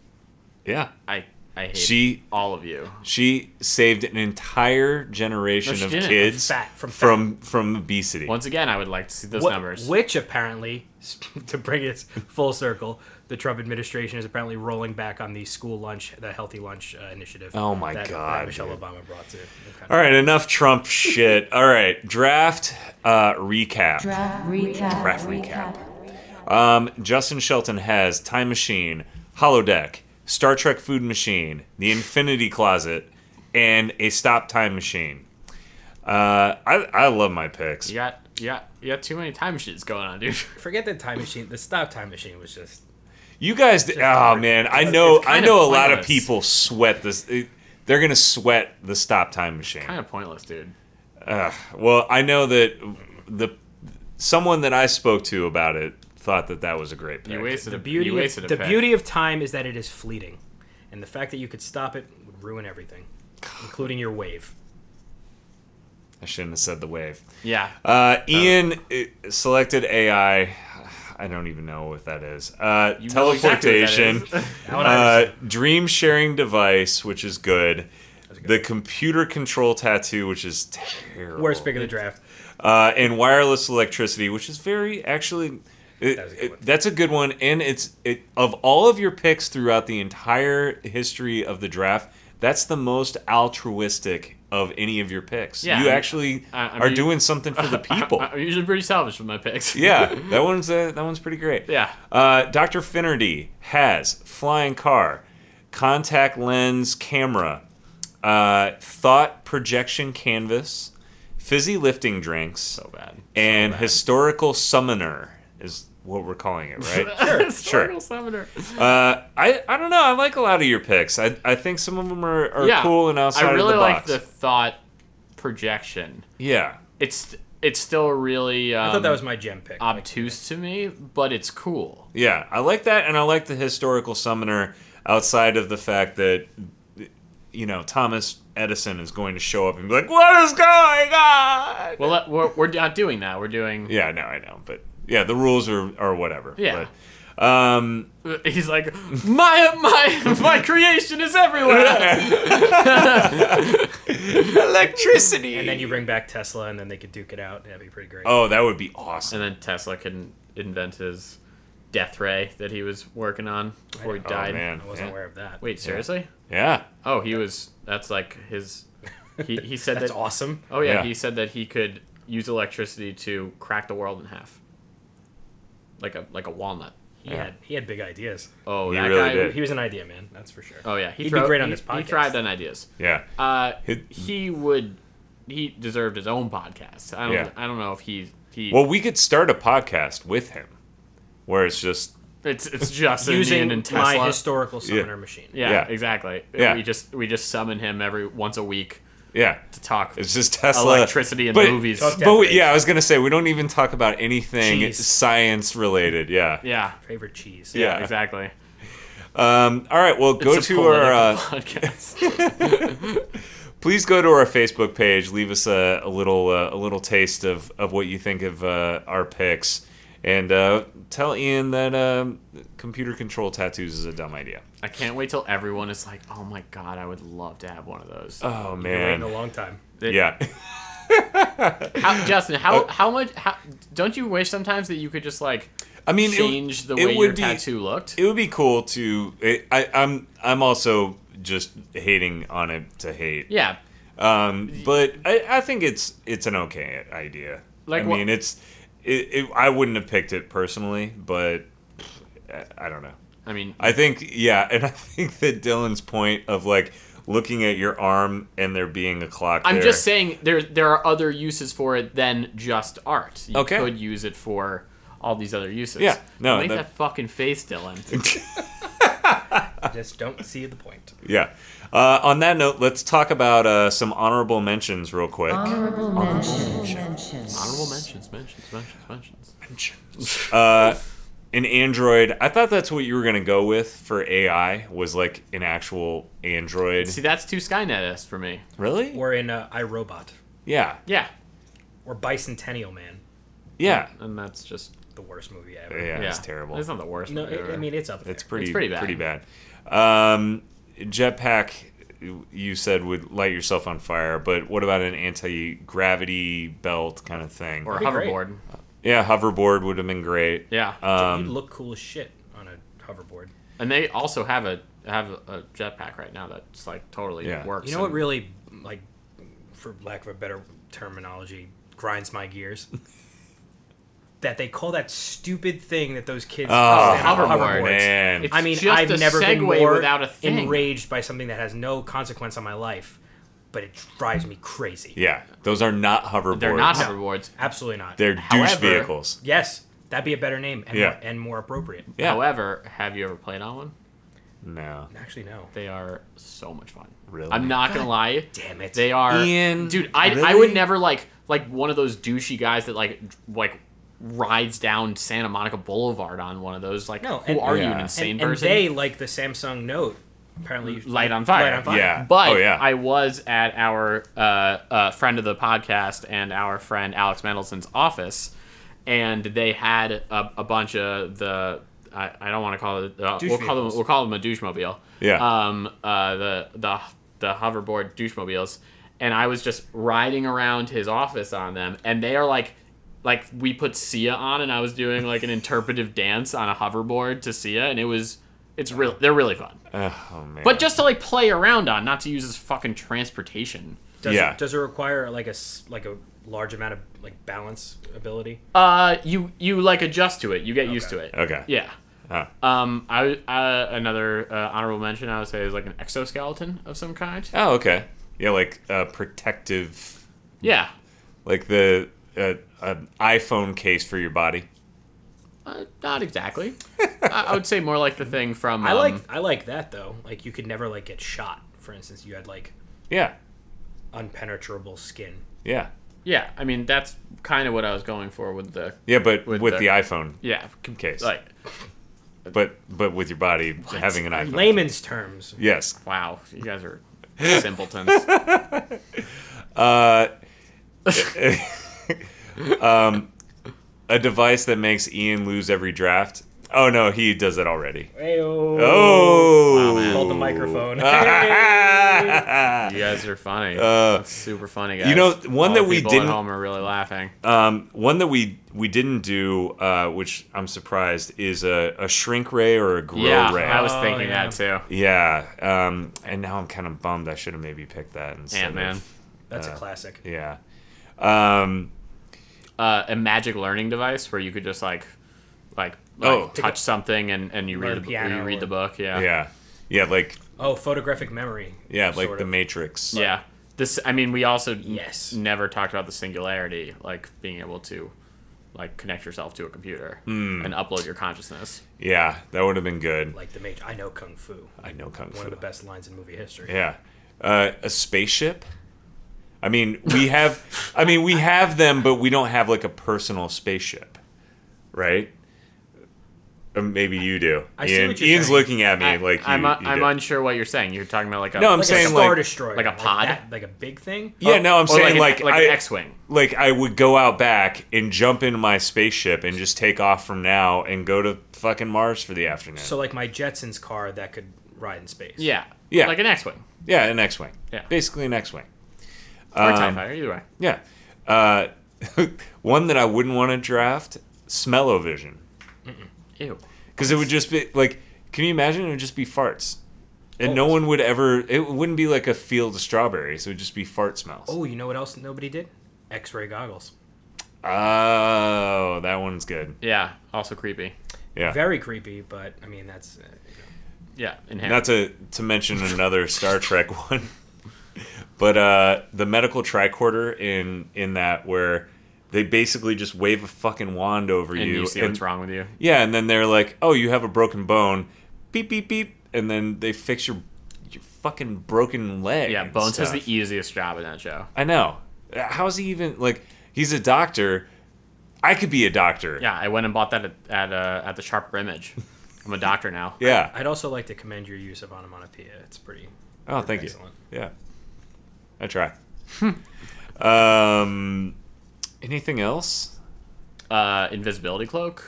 yeah. I I hate She all of you. she saved an entire generation No, she of didn't. kids fat from fat. from from obesity. Once again, I would like to see those Wh- numbers. Which apparently, to bring it full circle, the Trump administration is apparently rolling back on the school lunch, the healthy lunch uh, initiative. Oh my that, God, that Michelle dude. Obama brought to. the country. All right, enough Trump shit. All right, draft uh, recap. Draft recap. Draft recap. Um, Justin Shelton has Time Machine, Holodeck, Star Trek Food Machine, The Infinity Closet, and a Stop Time Machine. Uh, I I love my picks. You got, you got, you got too many time machines going on, dude. Forget the time machine. The stop time machine was just. You guys, did, oh man, I know it's I kind know of a lot of pointless. people sweat this. it- they're gonna sweat the Stop Time Machine. kind of pointless, dude. Well, I know that the someone that I spoke to about it thought that that was a great pick. You wasted The a, beauty, You of, wasted a the pick. beauty of time is that it is fleeting, and the fact that you could stop it would ruin everything, including your wave. I shouldn't have said the wave. Yeah. Uh, Ian uh, selected AI. I don't even know what that is. Uh, You know exactly what that teleportation, is. Now what I uh, dream sharing device, which is good. The computer control tattoo, which is terrible. worst pick of the draft. uh, and wireless electricity, which is very actually. It, was a good it- one. that's a good one, and it's it of all of your picks throughout the entire history of the draft. That's the most altruistic of any of your picks. Yeah, you I'm- actually I- I'm are u- doing something for the people. I, am usually pretty selfish with my picks. yeah, that one's uh that one's pretty great. Yeah. Uh, Dr. Finnerty has flying car, contact lens camera, uh, thought projection canvas, fizzy lifting drinks, So bad. and historical summoner is what we're calling it, right? Historical Summoner. uh, I I don't know. I like a lot of your picks. I I think some of them are, are Yeah. cool and outside I really of the like box. the thought projection. yeah, It's it's still really um, I thought that was my gem pick. obtuse to me, but it's cool. yeah. I like that, and I like the historical summoner outside of the fact that you know Thomas Edison is going to show up and be like, "What is going on?" Well, let- we're, we're not doing that. We're doing. yeah, no, I know, but yeah, the rules are are whatever. Yeah. But, um, He's like, my my my creation is everywhere. electricity. And then you bring back Tesla, and then they could duke it out. That'd be pretty great. Oh, that would be awesome. and then Tesla can invent his death ray that he was working on before he Oh died. man. I wasn't yeah. aware of that. Wait, seriously? Yeah. Oh, he was. That's like his. He he said that's that. awesome. Oh yeah, Yeah. he said that he could use electricity to crack the world in half. Like a like a walnut. He Yeah. had he had big ideas. Oh, He that really guy. did. He was an idea man, that's for sure. Oh yeah, he He'd be throve- great on he- this He podcast. thrived on ideas. Yeah. Uh, Hit- he would. He deserved his own podcast. I don't. Mm. Yeah. I don't know if he. He. Well, we could start a podcast with him, where it's just it's it's just Using Indian and Tesla. my historical summoner machine. yeah, Yeah. exactly. Yeah. We just we just summon him every once a week yeah, to talk it's just Tesla electricity and But- movies. Talk But we, Decoration. yeah, I was gonna say we don't even talk about anything Cheese. science related. Yeah. Yeah. Favorite cheese. Yeah. Yeah, exactly. Um, all right. Well, go It's a to our. Uh, political podcast. please go to our Facebook page. Leave us a, a little uh, a little taste of, of what you think of uh, our picks, and uh, tell Ian that um, computer control tattoos is a dumb idea. I can't wait till everyone is like, "Oh my god, I would love to have one of those." Oh Been waiting a man. long time. Yeah. How, Justin, how uh, how much? How, don't you wish sometimes that you could just like I mean, it- change the it way your would be- tattoo looked? it would be cool to. It, I, I'm I'm also just hating on it to hate. yeah, Um, but I, I think it's it's an okay idea. Like I what- mean, it's it, it. I wouldn't have picked it personally, but I- I don't know. I mean, I think yeah, and I think that Dylan's point of like looking at your arm and there being a clock. I'm there- just saying there there are other uses for it than just art. You Okay. could use it for all these other uses. Yeah, no, make that- that, fucking face, Dylan. I just don't see the point. Yeah. Uh, on that note, let's talk about uh, some honorable mentions real quick. Oh, Honorable mentions. Honorable mentions, mentions, mentions, mentions. Uh, an Android. I thought that's what you were gonna go with for AI was like an actual Android. See, that's too Skynet-esque for me. Really? We're in uh, iRobot. Yeah. Yeah, Or Bicentennial Man, Yeah. and that's just the worst movie ever. Yeah, yeah, it's terrible. It's not the worst. No, movie it, I ever. mean it's up there. It's pretty, pretty pretty bad. bad. Um, jetpack, you said would light yourself on fire, but what about an anti gravity belt kind of thing? or a That'd be great. hoverboard. yeah, hoverboard would have been great. Yeah, you Um, look cool as shit on a hoverboard. and they also have a have a jetpack right now that's like totally Yeah. works. You know what and- really like for lack of a better terminology grinds my gears? that they call that stupid thing that those kids Oh, stand on hoverboard, hoverboards. man. It's I mean, just I've a never been segue more without a thing. enraged by something that has no consequence on my life, but it drives me crazy. yeah, those are not hoverboards. They're not hoverboards. Absolutely not. They're douche However- vehicles. yes, that'd be a better name and, Yeah. more, and more appropriate. Yeah. However, have you ever played on one? No. Actually, no. They are so much fun. Really? I'm not gonna lie. Damn it. They are, Ian, dude. I I really? would never like like one of those douchey guys that like like rides down Santa Monica Boulevard on one of those. Like, No, who and- are you, an Yeah. insane and, and person? they like the Samsung Note. Apparently, you- light on fire. Light on fire. Yeah. But Oh, yeah. I was at our uh, uh, friend of the podcast and our friend Alex Mendelson's office, and they had a, a bunch of the I, I don't want to call it uh, Douche we'll call them vehicles. we'll call them a douchemobile. Yeah. Um. Uh. The the the hoverboard douchemobiles, and I was just riding around his office on them, and they are like. Like we put Sia on, and I was doing like an interpretive dance on a hoverboard to Sia, and it was, it's real. They're really fun. Oh man. But just to like play around on, not to use as fucking transportation. Does, Yeah. It, does it require like a s- like a large amount of like balance ability? Uh, you you like adjust to it. You get used to it. okay. Yeah. Ah. Um, I uh, another uh, honorable mention I would say is like an exoskeleton of some kind. Oh okay. Yeah, like uh, protective, Yeah. like the uh, an iPhone case for your body. Uh, not exactly. I, I would say more like the thing from. I um, like I like that though. Like you could never like get shot. For instance, you had like Yeah. unpenetrable skin. Yeah. Yeah, I mean that's kind of what I was going for with the. Yeah, but with, With the- the iPhone Yeah. case. Like but but with your body having an iPhone. Layman's terms. Yes. wow, you guys are simpletons. Uh, um, A device that makes Ian lose every draft. Oh no, he does it already. Ayo. Oh, Ah. Wow, man. It's called the microphone. You guys are funny. That's super funny, guys. Uh, you know, one All that the we people didn't- At home are really laughing. Um, one that we we didn't do, uh, which I'm surprised, is a, a shrink ray or a grow yeah, ray. I was Oh, thinking yeah. that too. yeah, um, and now I'm kind of bummed. I should have maybe picked that instead. Ant Man, of- That's a classic. Uh, yeah. Um, uh, a magic learning device where you could just like, like, like Oh. touch something and, and you Learn read the, piano you read or- the book. Yeah, yeah, yeah, like Oh, photographic memory. yeah, like sort the of. Matrix. yeah. This, I mean, we also n- Yes. never talked about the singularity, like being able to, like, connect yourself to a computer Hmm. and upload your consciousness. yeah, that would have been good. Like the major. I know kung fu. I know kung One fu. of the best lines in movie history. Yeah, uh, a spaceship. I mean, we have, I mean, we have them, but we don't have like a personal spaceship, right? Or maybe you do. I see Ian, what you're Ian's saying. looking at me like you, I'm, you I'm do. unsure what you're saying. You're talking about like a No, I'm Like saying a star like- destroyer. like a pod? that- like a big thing. Yeah, no, I'm or saying like like, an- like I, an X-wing. like I would go out back and jump into my spaceship and just take off from now and go to fucking Mars for the afternoon. So like my Jetsons car that could ride in space. Yeah, Yeah. like an X-wing yeah, an X-wing. Yeah. basically an X-wing. or Um, a Tie Fighter. Either way. Yeah, uh, one that I wouldn't want to draft: Smellovision. Ew. because it would just be like can you imagine it would just be farts and Oh, no one would ever it wouldn't be like a field of strawberries it would just be fart smells oh, Oh, you know what else nobody did? X-ray goggles. Oh, that one's good Yeah. Also creepy. yeah Very creepy, but I mean that's. Uh, Yeah. Inherent. not to to mention another star trek one but uh the medical tricorder in in that where they basically just wave a fucking wand over and you, you see and- what's wrong with you. yeah and then they're like oh you have a broken bone beep beep beep and then they fix your your fucking broken leg Yeah, and Bones has stuff. the easiest job in that show. I know. How's he even like? He's a doctor. I could be a doctor. Yeah, I went and bought that at at, uh, at the Sharper Image. I'm a doctor now. Yeah. I'd also like to commend your use of onomatopoeia. It's pretty. Oh, thank you. Excellent. Yeah. I try. um, anything else? Uh, invisibility cloak.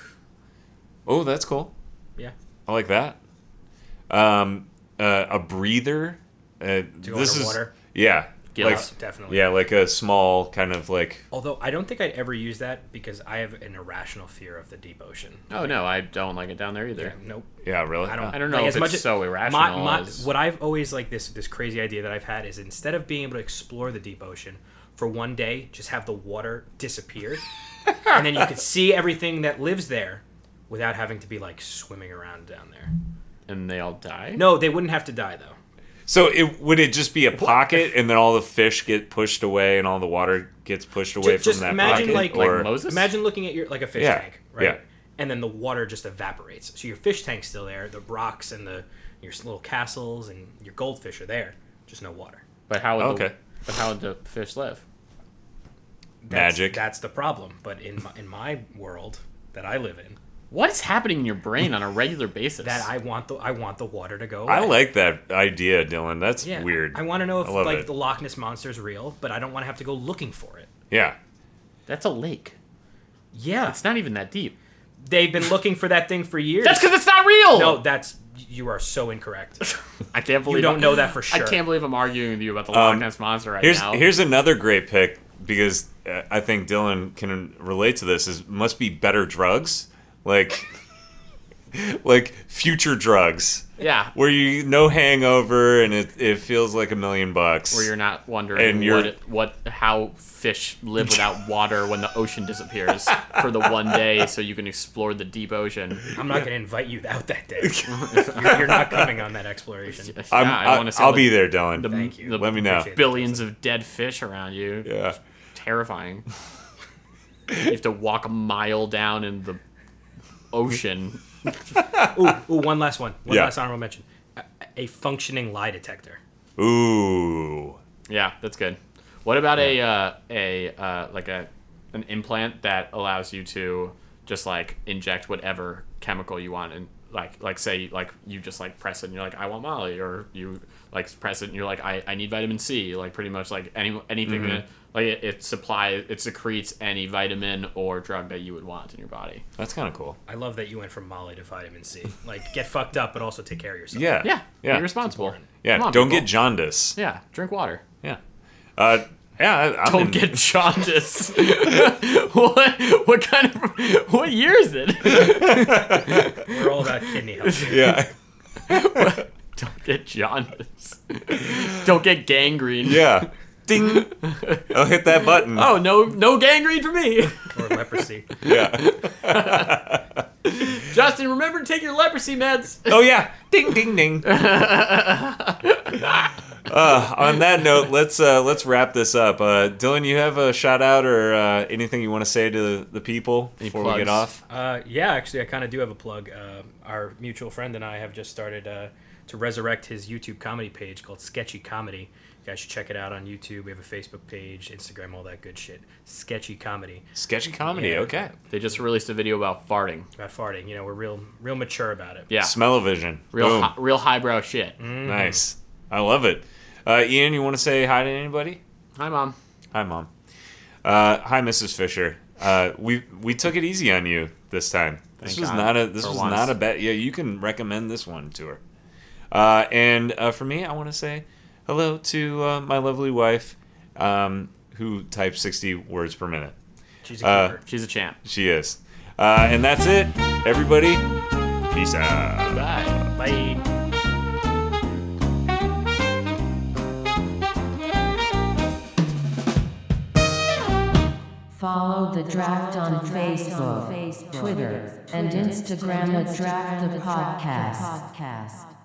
Oh, that's cool. Yeah. I like that. Um, uh, a breather. Uh, To go this is underwater? yeah, Gills. like uh, Definitely. yeah, like a small kind of like Although I don't think I'd ever use that because I have an irrational fear of the deep ocean. Oh no, I don't like it down there either. Nope. yeah, really. I don't. I don't know like, if as it's much as- so my- irrational my- as- What I've always like this this crazy idea that I've had is instead of being able to explore the deep ocean for one day, just have the water disappear, and then you could see everything that lives there without having to be like swimming around down there. And they all die. No, they wouldn't have to die though. So it would it just be a pocket, and then all the fish get pushed away, and all the water gets pushed away Ju- from just that imagine, pocket? like- like or, Moses. Imagine looking at your like a fish Yeah, tank, right? yeah. And then the water just evaporates. So your fish tank's still there, the rocks and the your little castles and your goldfish are there, just no water. But how would Okay. the, but how would the fish live? That's, Magic. That's the problem. But in my, in my world that I live in, What is happening in your brain on a regular basis? that I want the I want the water to go. Away. I like that idea, Dylan. That's Yeah. weird. I want to know if I love like it. the Loch Ness monster is real, but I don't want to have to go looking for it. yeah. That's a lake. Yeah, It's not even that deep. they've been looking for that thing for years. That's because it's not real. no, that's you are so incorrect. I can't believe You don't I- know that for I sure. can't believe I'm arguing with you about the Um, Loch Ness monster right Here's now. here's another great pick because uh, I think Dylan can relate to this. Is must be better drugs, like like future drugs, yeah, where you no hangover and it it feels like a million bucks. where you're not wondering And you're- what what how fish live without water when the ocean disappears for the one day, so you can explore the deep ocean. I'm not going to invite you out that day. you're, you're not coming on that exploration. I'm, Yeah, I, wanna will see, like, be there, Dylan. The, Thank you. the Let me know. Appreciate it. Billions of dead fish around you. Yeah. Terrifying. you have to walk a mile down in the ocean. Ooh, ooh, one last one. One Yeah. last honorable mention. A, a functioning lie detector. Ooh. Yeah, that's good. What about a uh, a uh, like a an implant that allows you to just like inject whatever chemical you want in, like like say like you just like press it and you're like I want Molly or you like press it and you're like I, I need vitamin C like pretty much like any anything Mm-hmm. that like it, it supplies it secretes any vitamin or drug that you would want in your body. That's kind of cool. I love that you went from Molly to vitamin C. Like, get fucked up, but also take care of yourself. Yeah. Yeah, Yeah. Be responsible. Yeah. Come on, don't people. get jaundice. yeah. Drink water. Yeah. Uh, yeah. I, I'm Don't in- get jaundice. what what kind of what year is it? We're all about kidney health. Yeah. Don't get jaundice. Don't get gangrene. Yeah. Ding. I'll hit that button. Oh no no gangrene for me. or leprosy. Yeah. Justin, remember to take your leprosy meds. Oh yeah. Ding ding ding. Uh, on that note, let's uh, let's wrap this up. Uh, Dylan, you have a shout out or uh, anything you want to say to the people Any before we get plugs? off? Uh, yeah, actually, I kind of do have a plug. Uh, our mutual friend and I have just started uh, to resurrect his YouTube comedy page called Sketchy Comedy. You guys should check it out on YouTube. We have a Facebook page, Instagram, all that good shit. Sketchy Comedy. Sketchy comedy. Yeah. Okay. They just released a video about farting. About farting, you know, we're real, real mature about it. Yeah. Smell-o-vision. Real Boom. Mm. hi- real highbrow shit. Nice. I love it. Uh, Ian, you want to say hi to anybody? Hi mom. Hi, mom. Uh, hi, Mrs. Fisher. Uh, we we took it easy on you this time. This Thank was God. not a this For was once. not a bet. Yeah, you can recommend this one to her. Uh, and uh, for me, I want to say hello to uh, my lovely wife, um, who types sixty words per minute. She's a Uh, keeper. She's a champ. She is. Uh, and that's it, everybody. Peace out. Bye. Bye. Follow the draft on Facebook, Twitter, and Instagram at Draft the Podcast.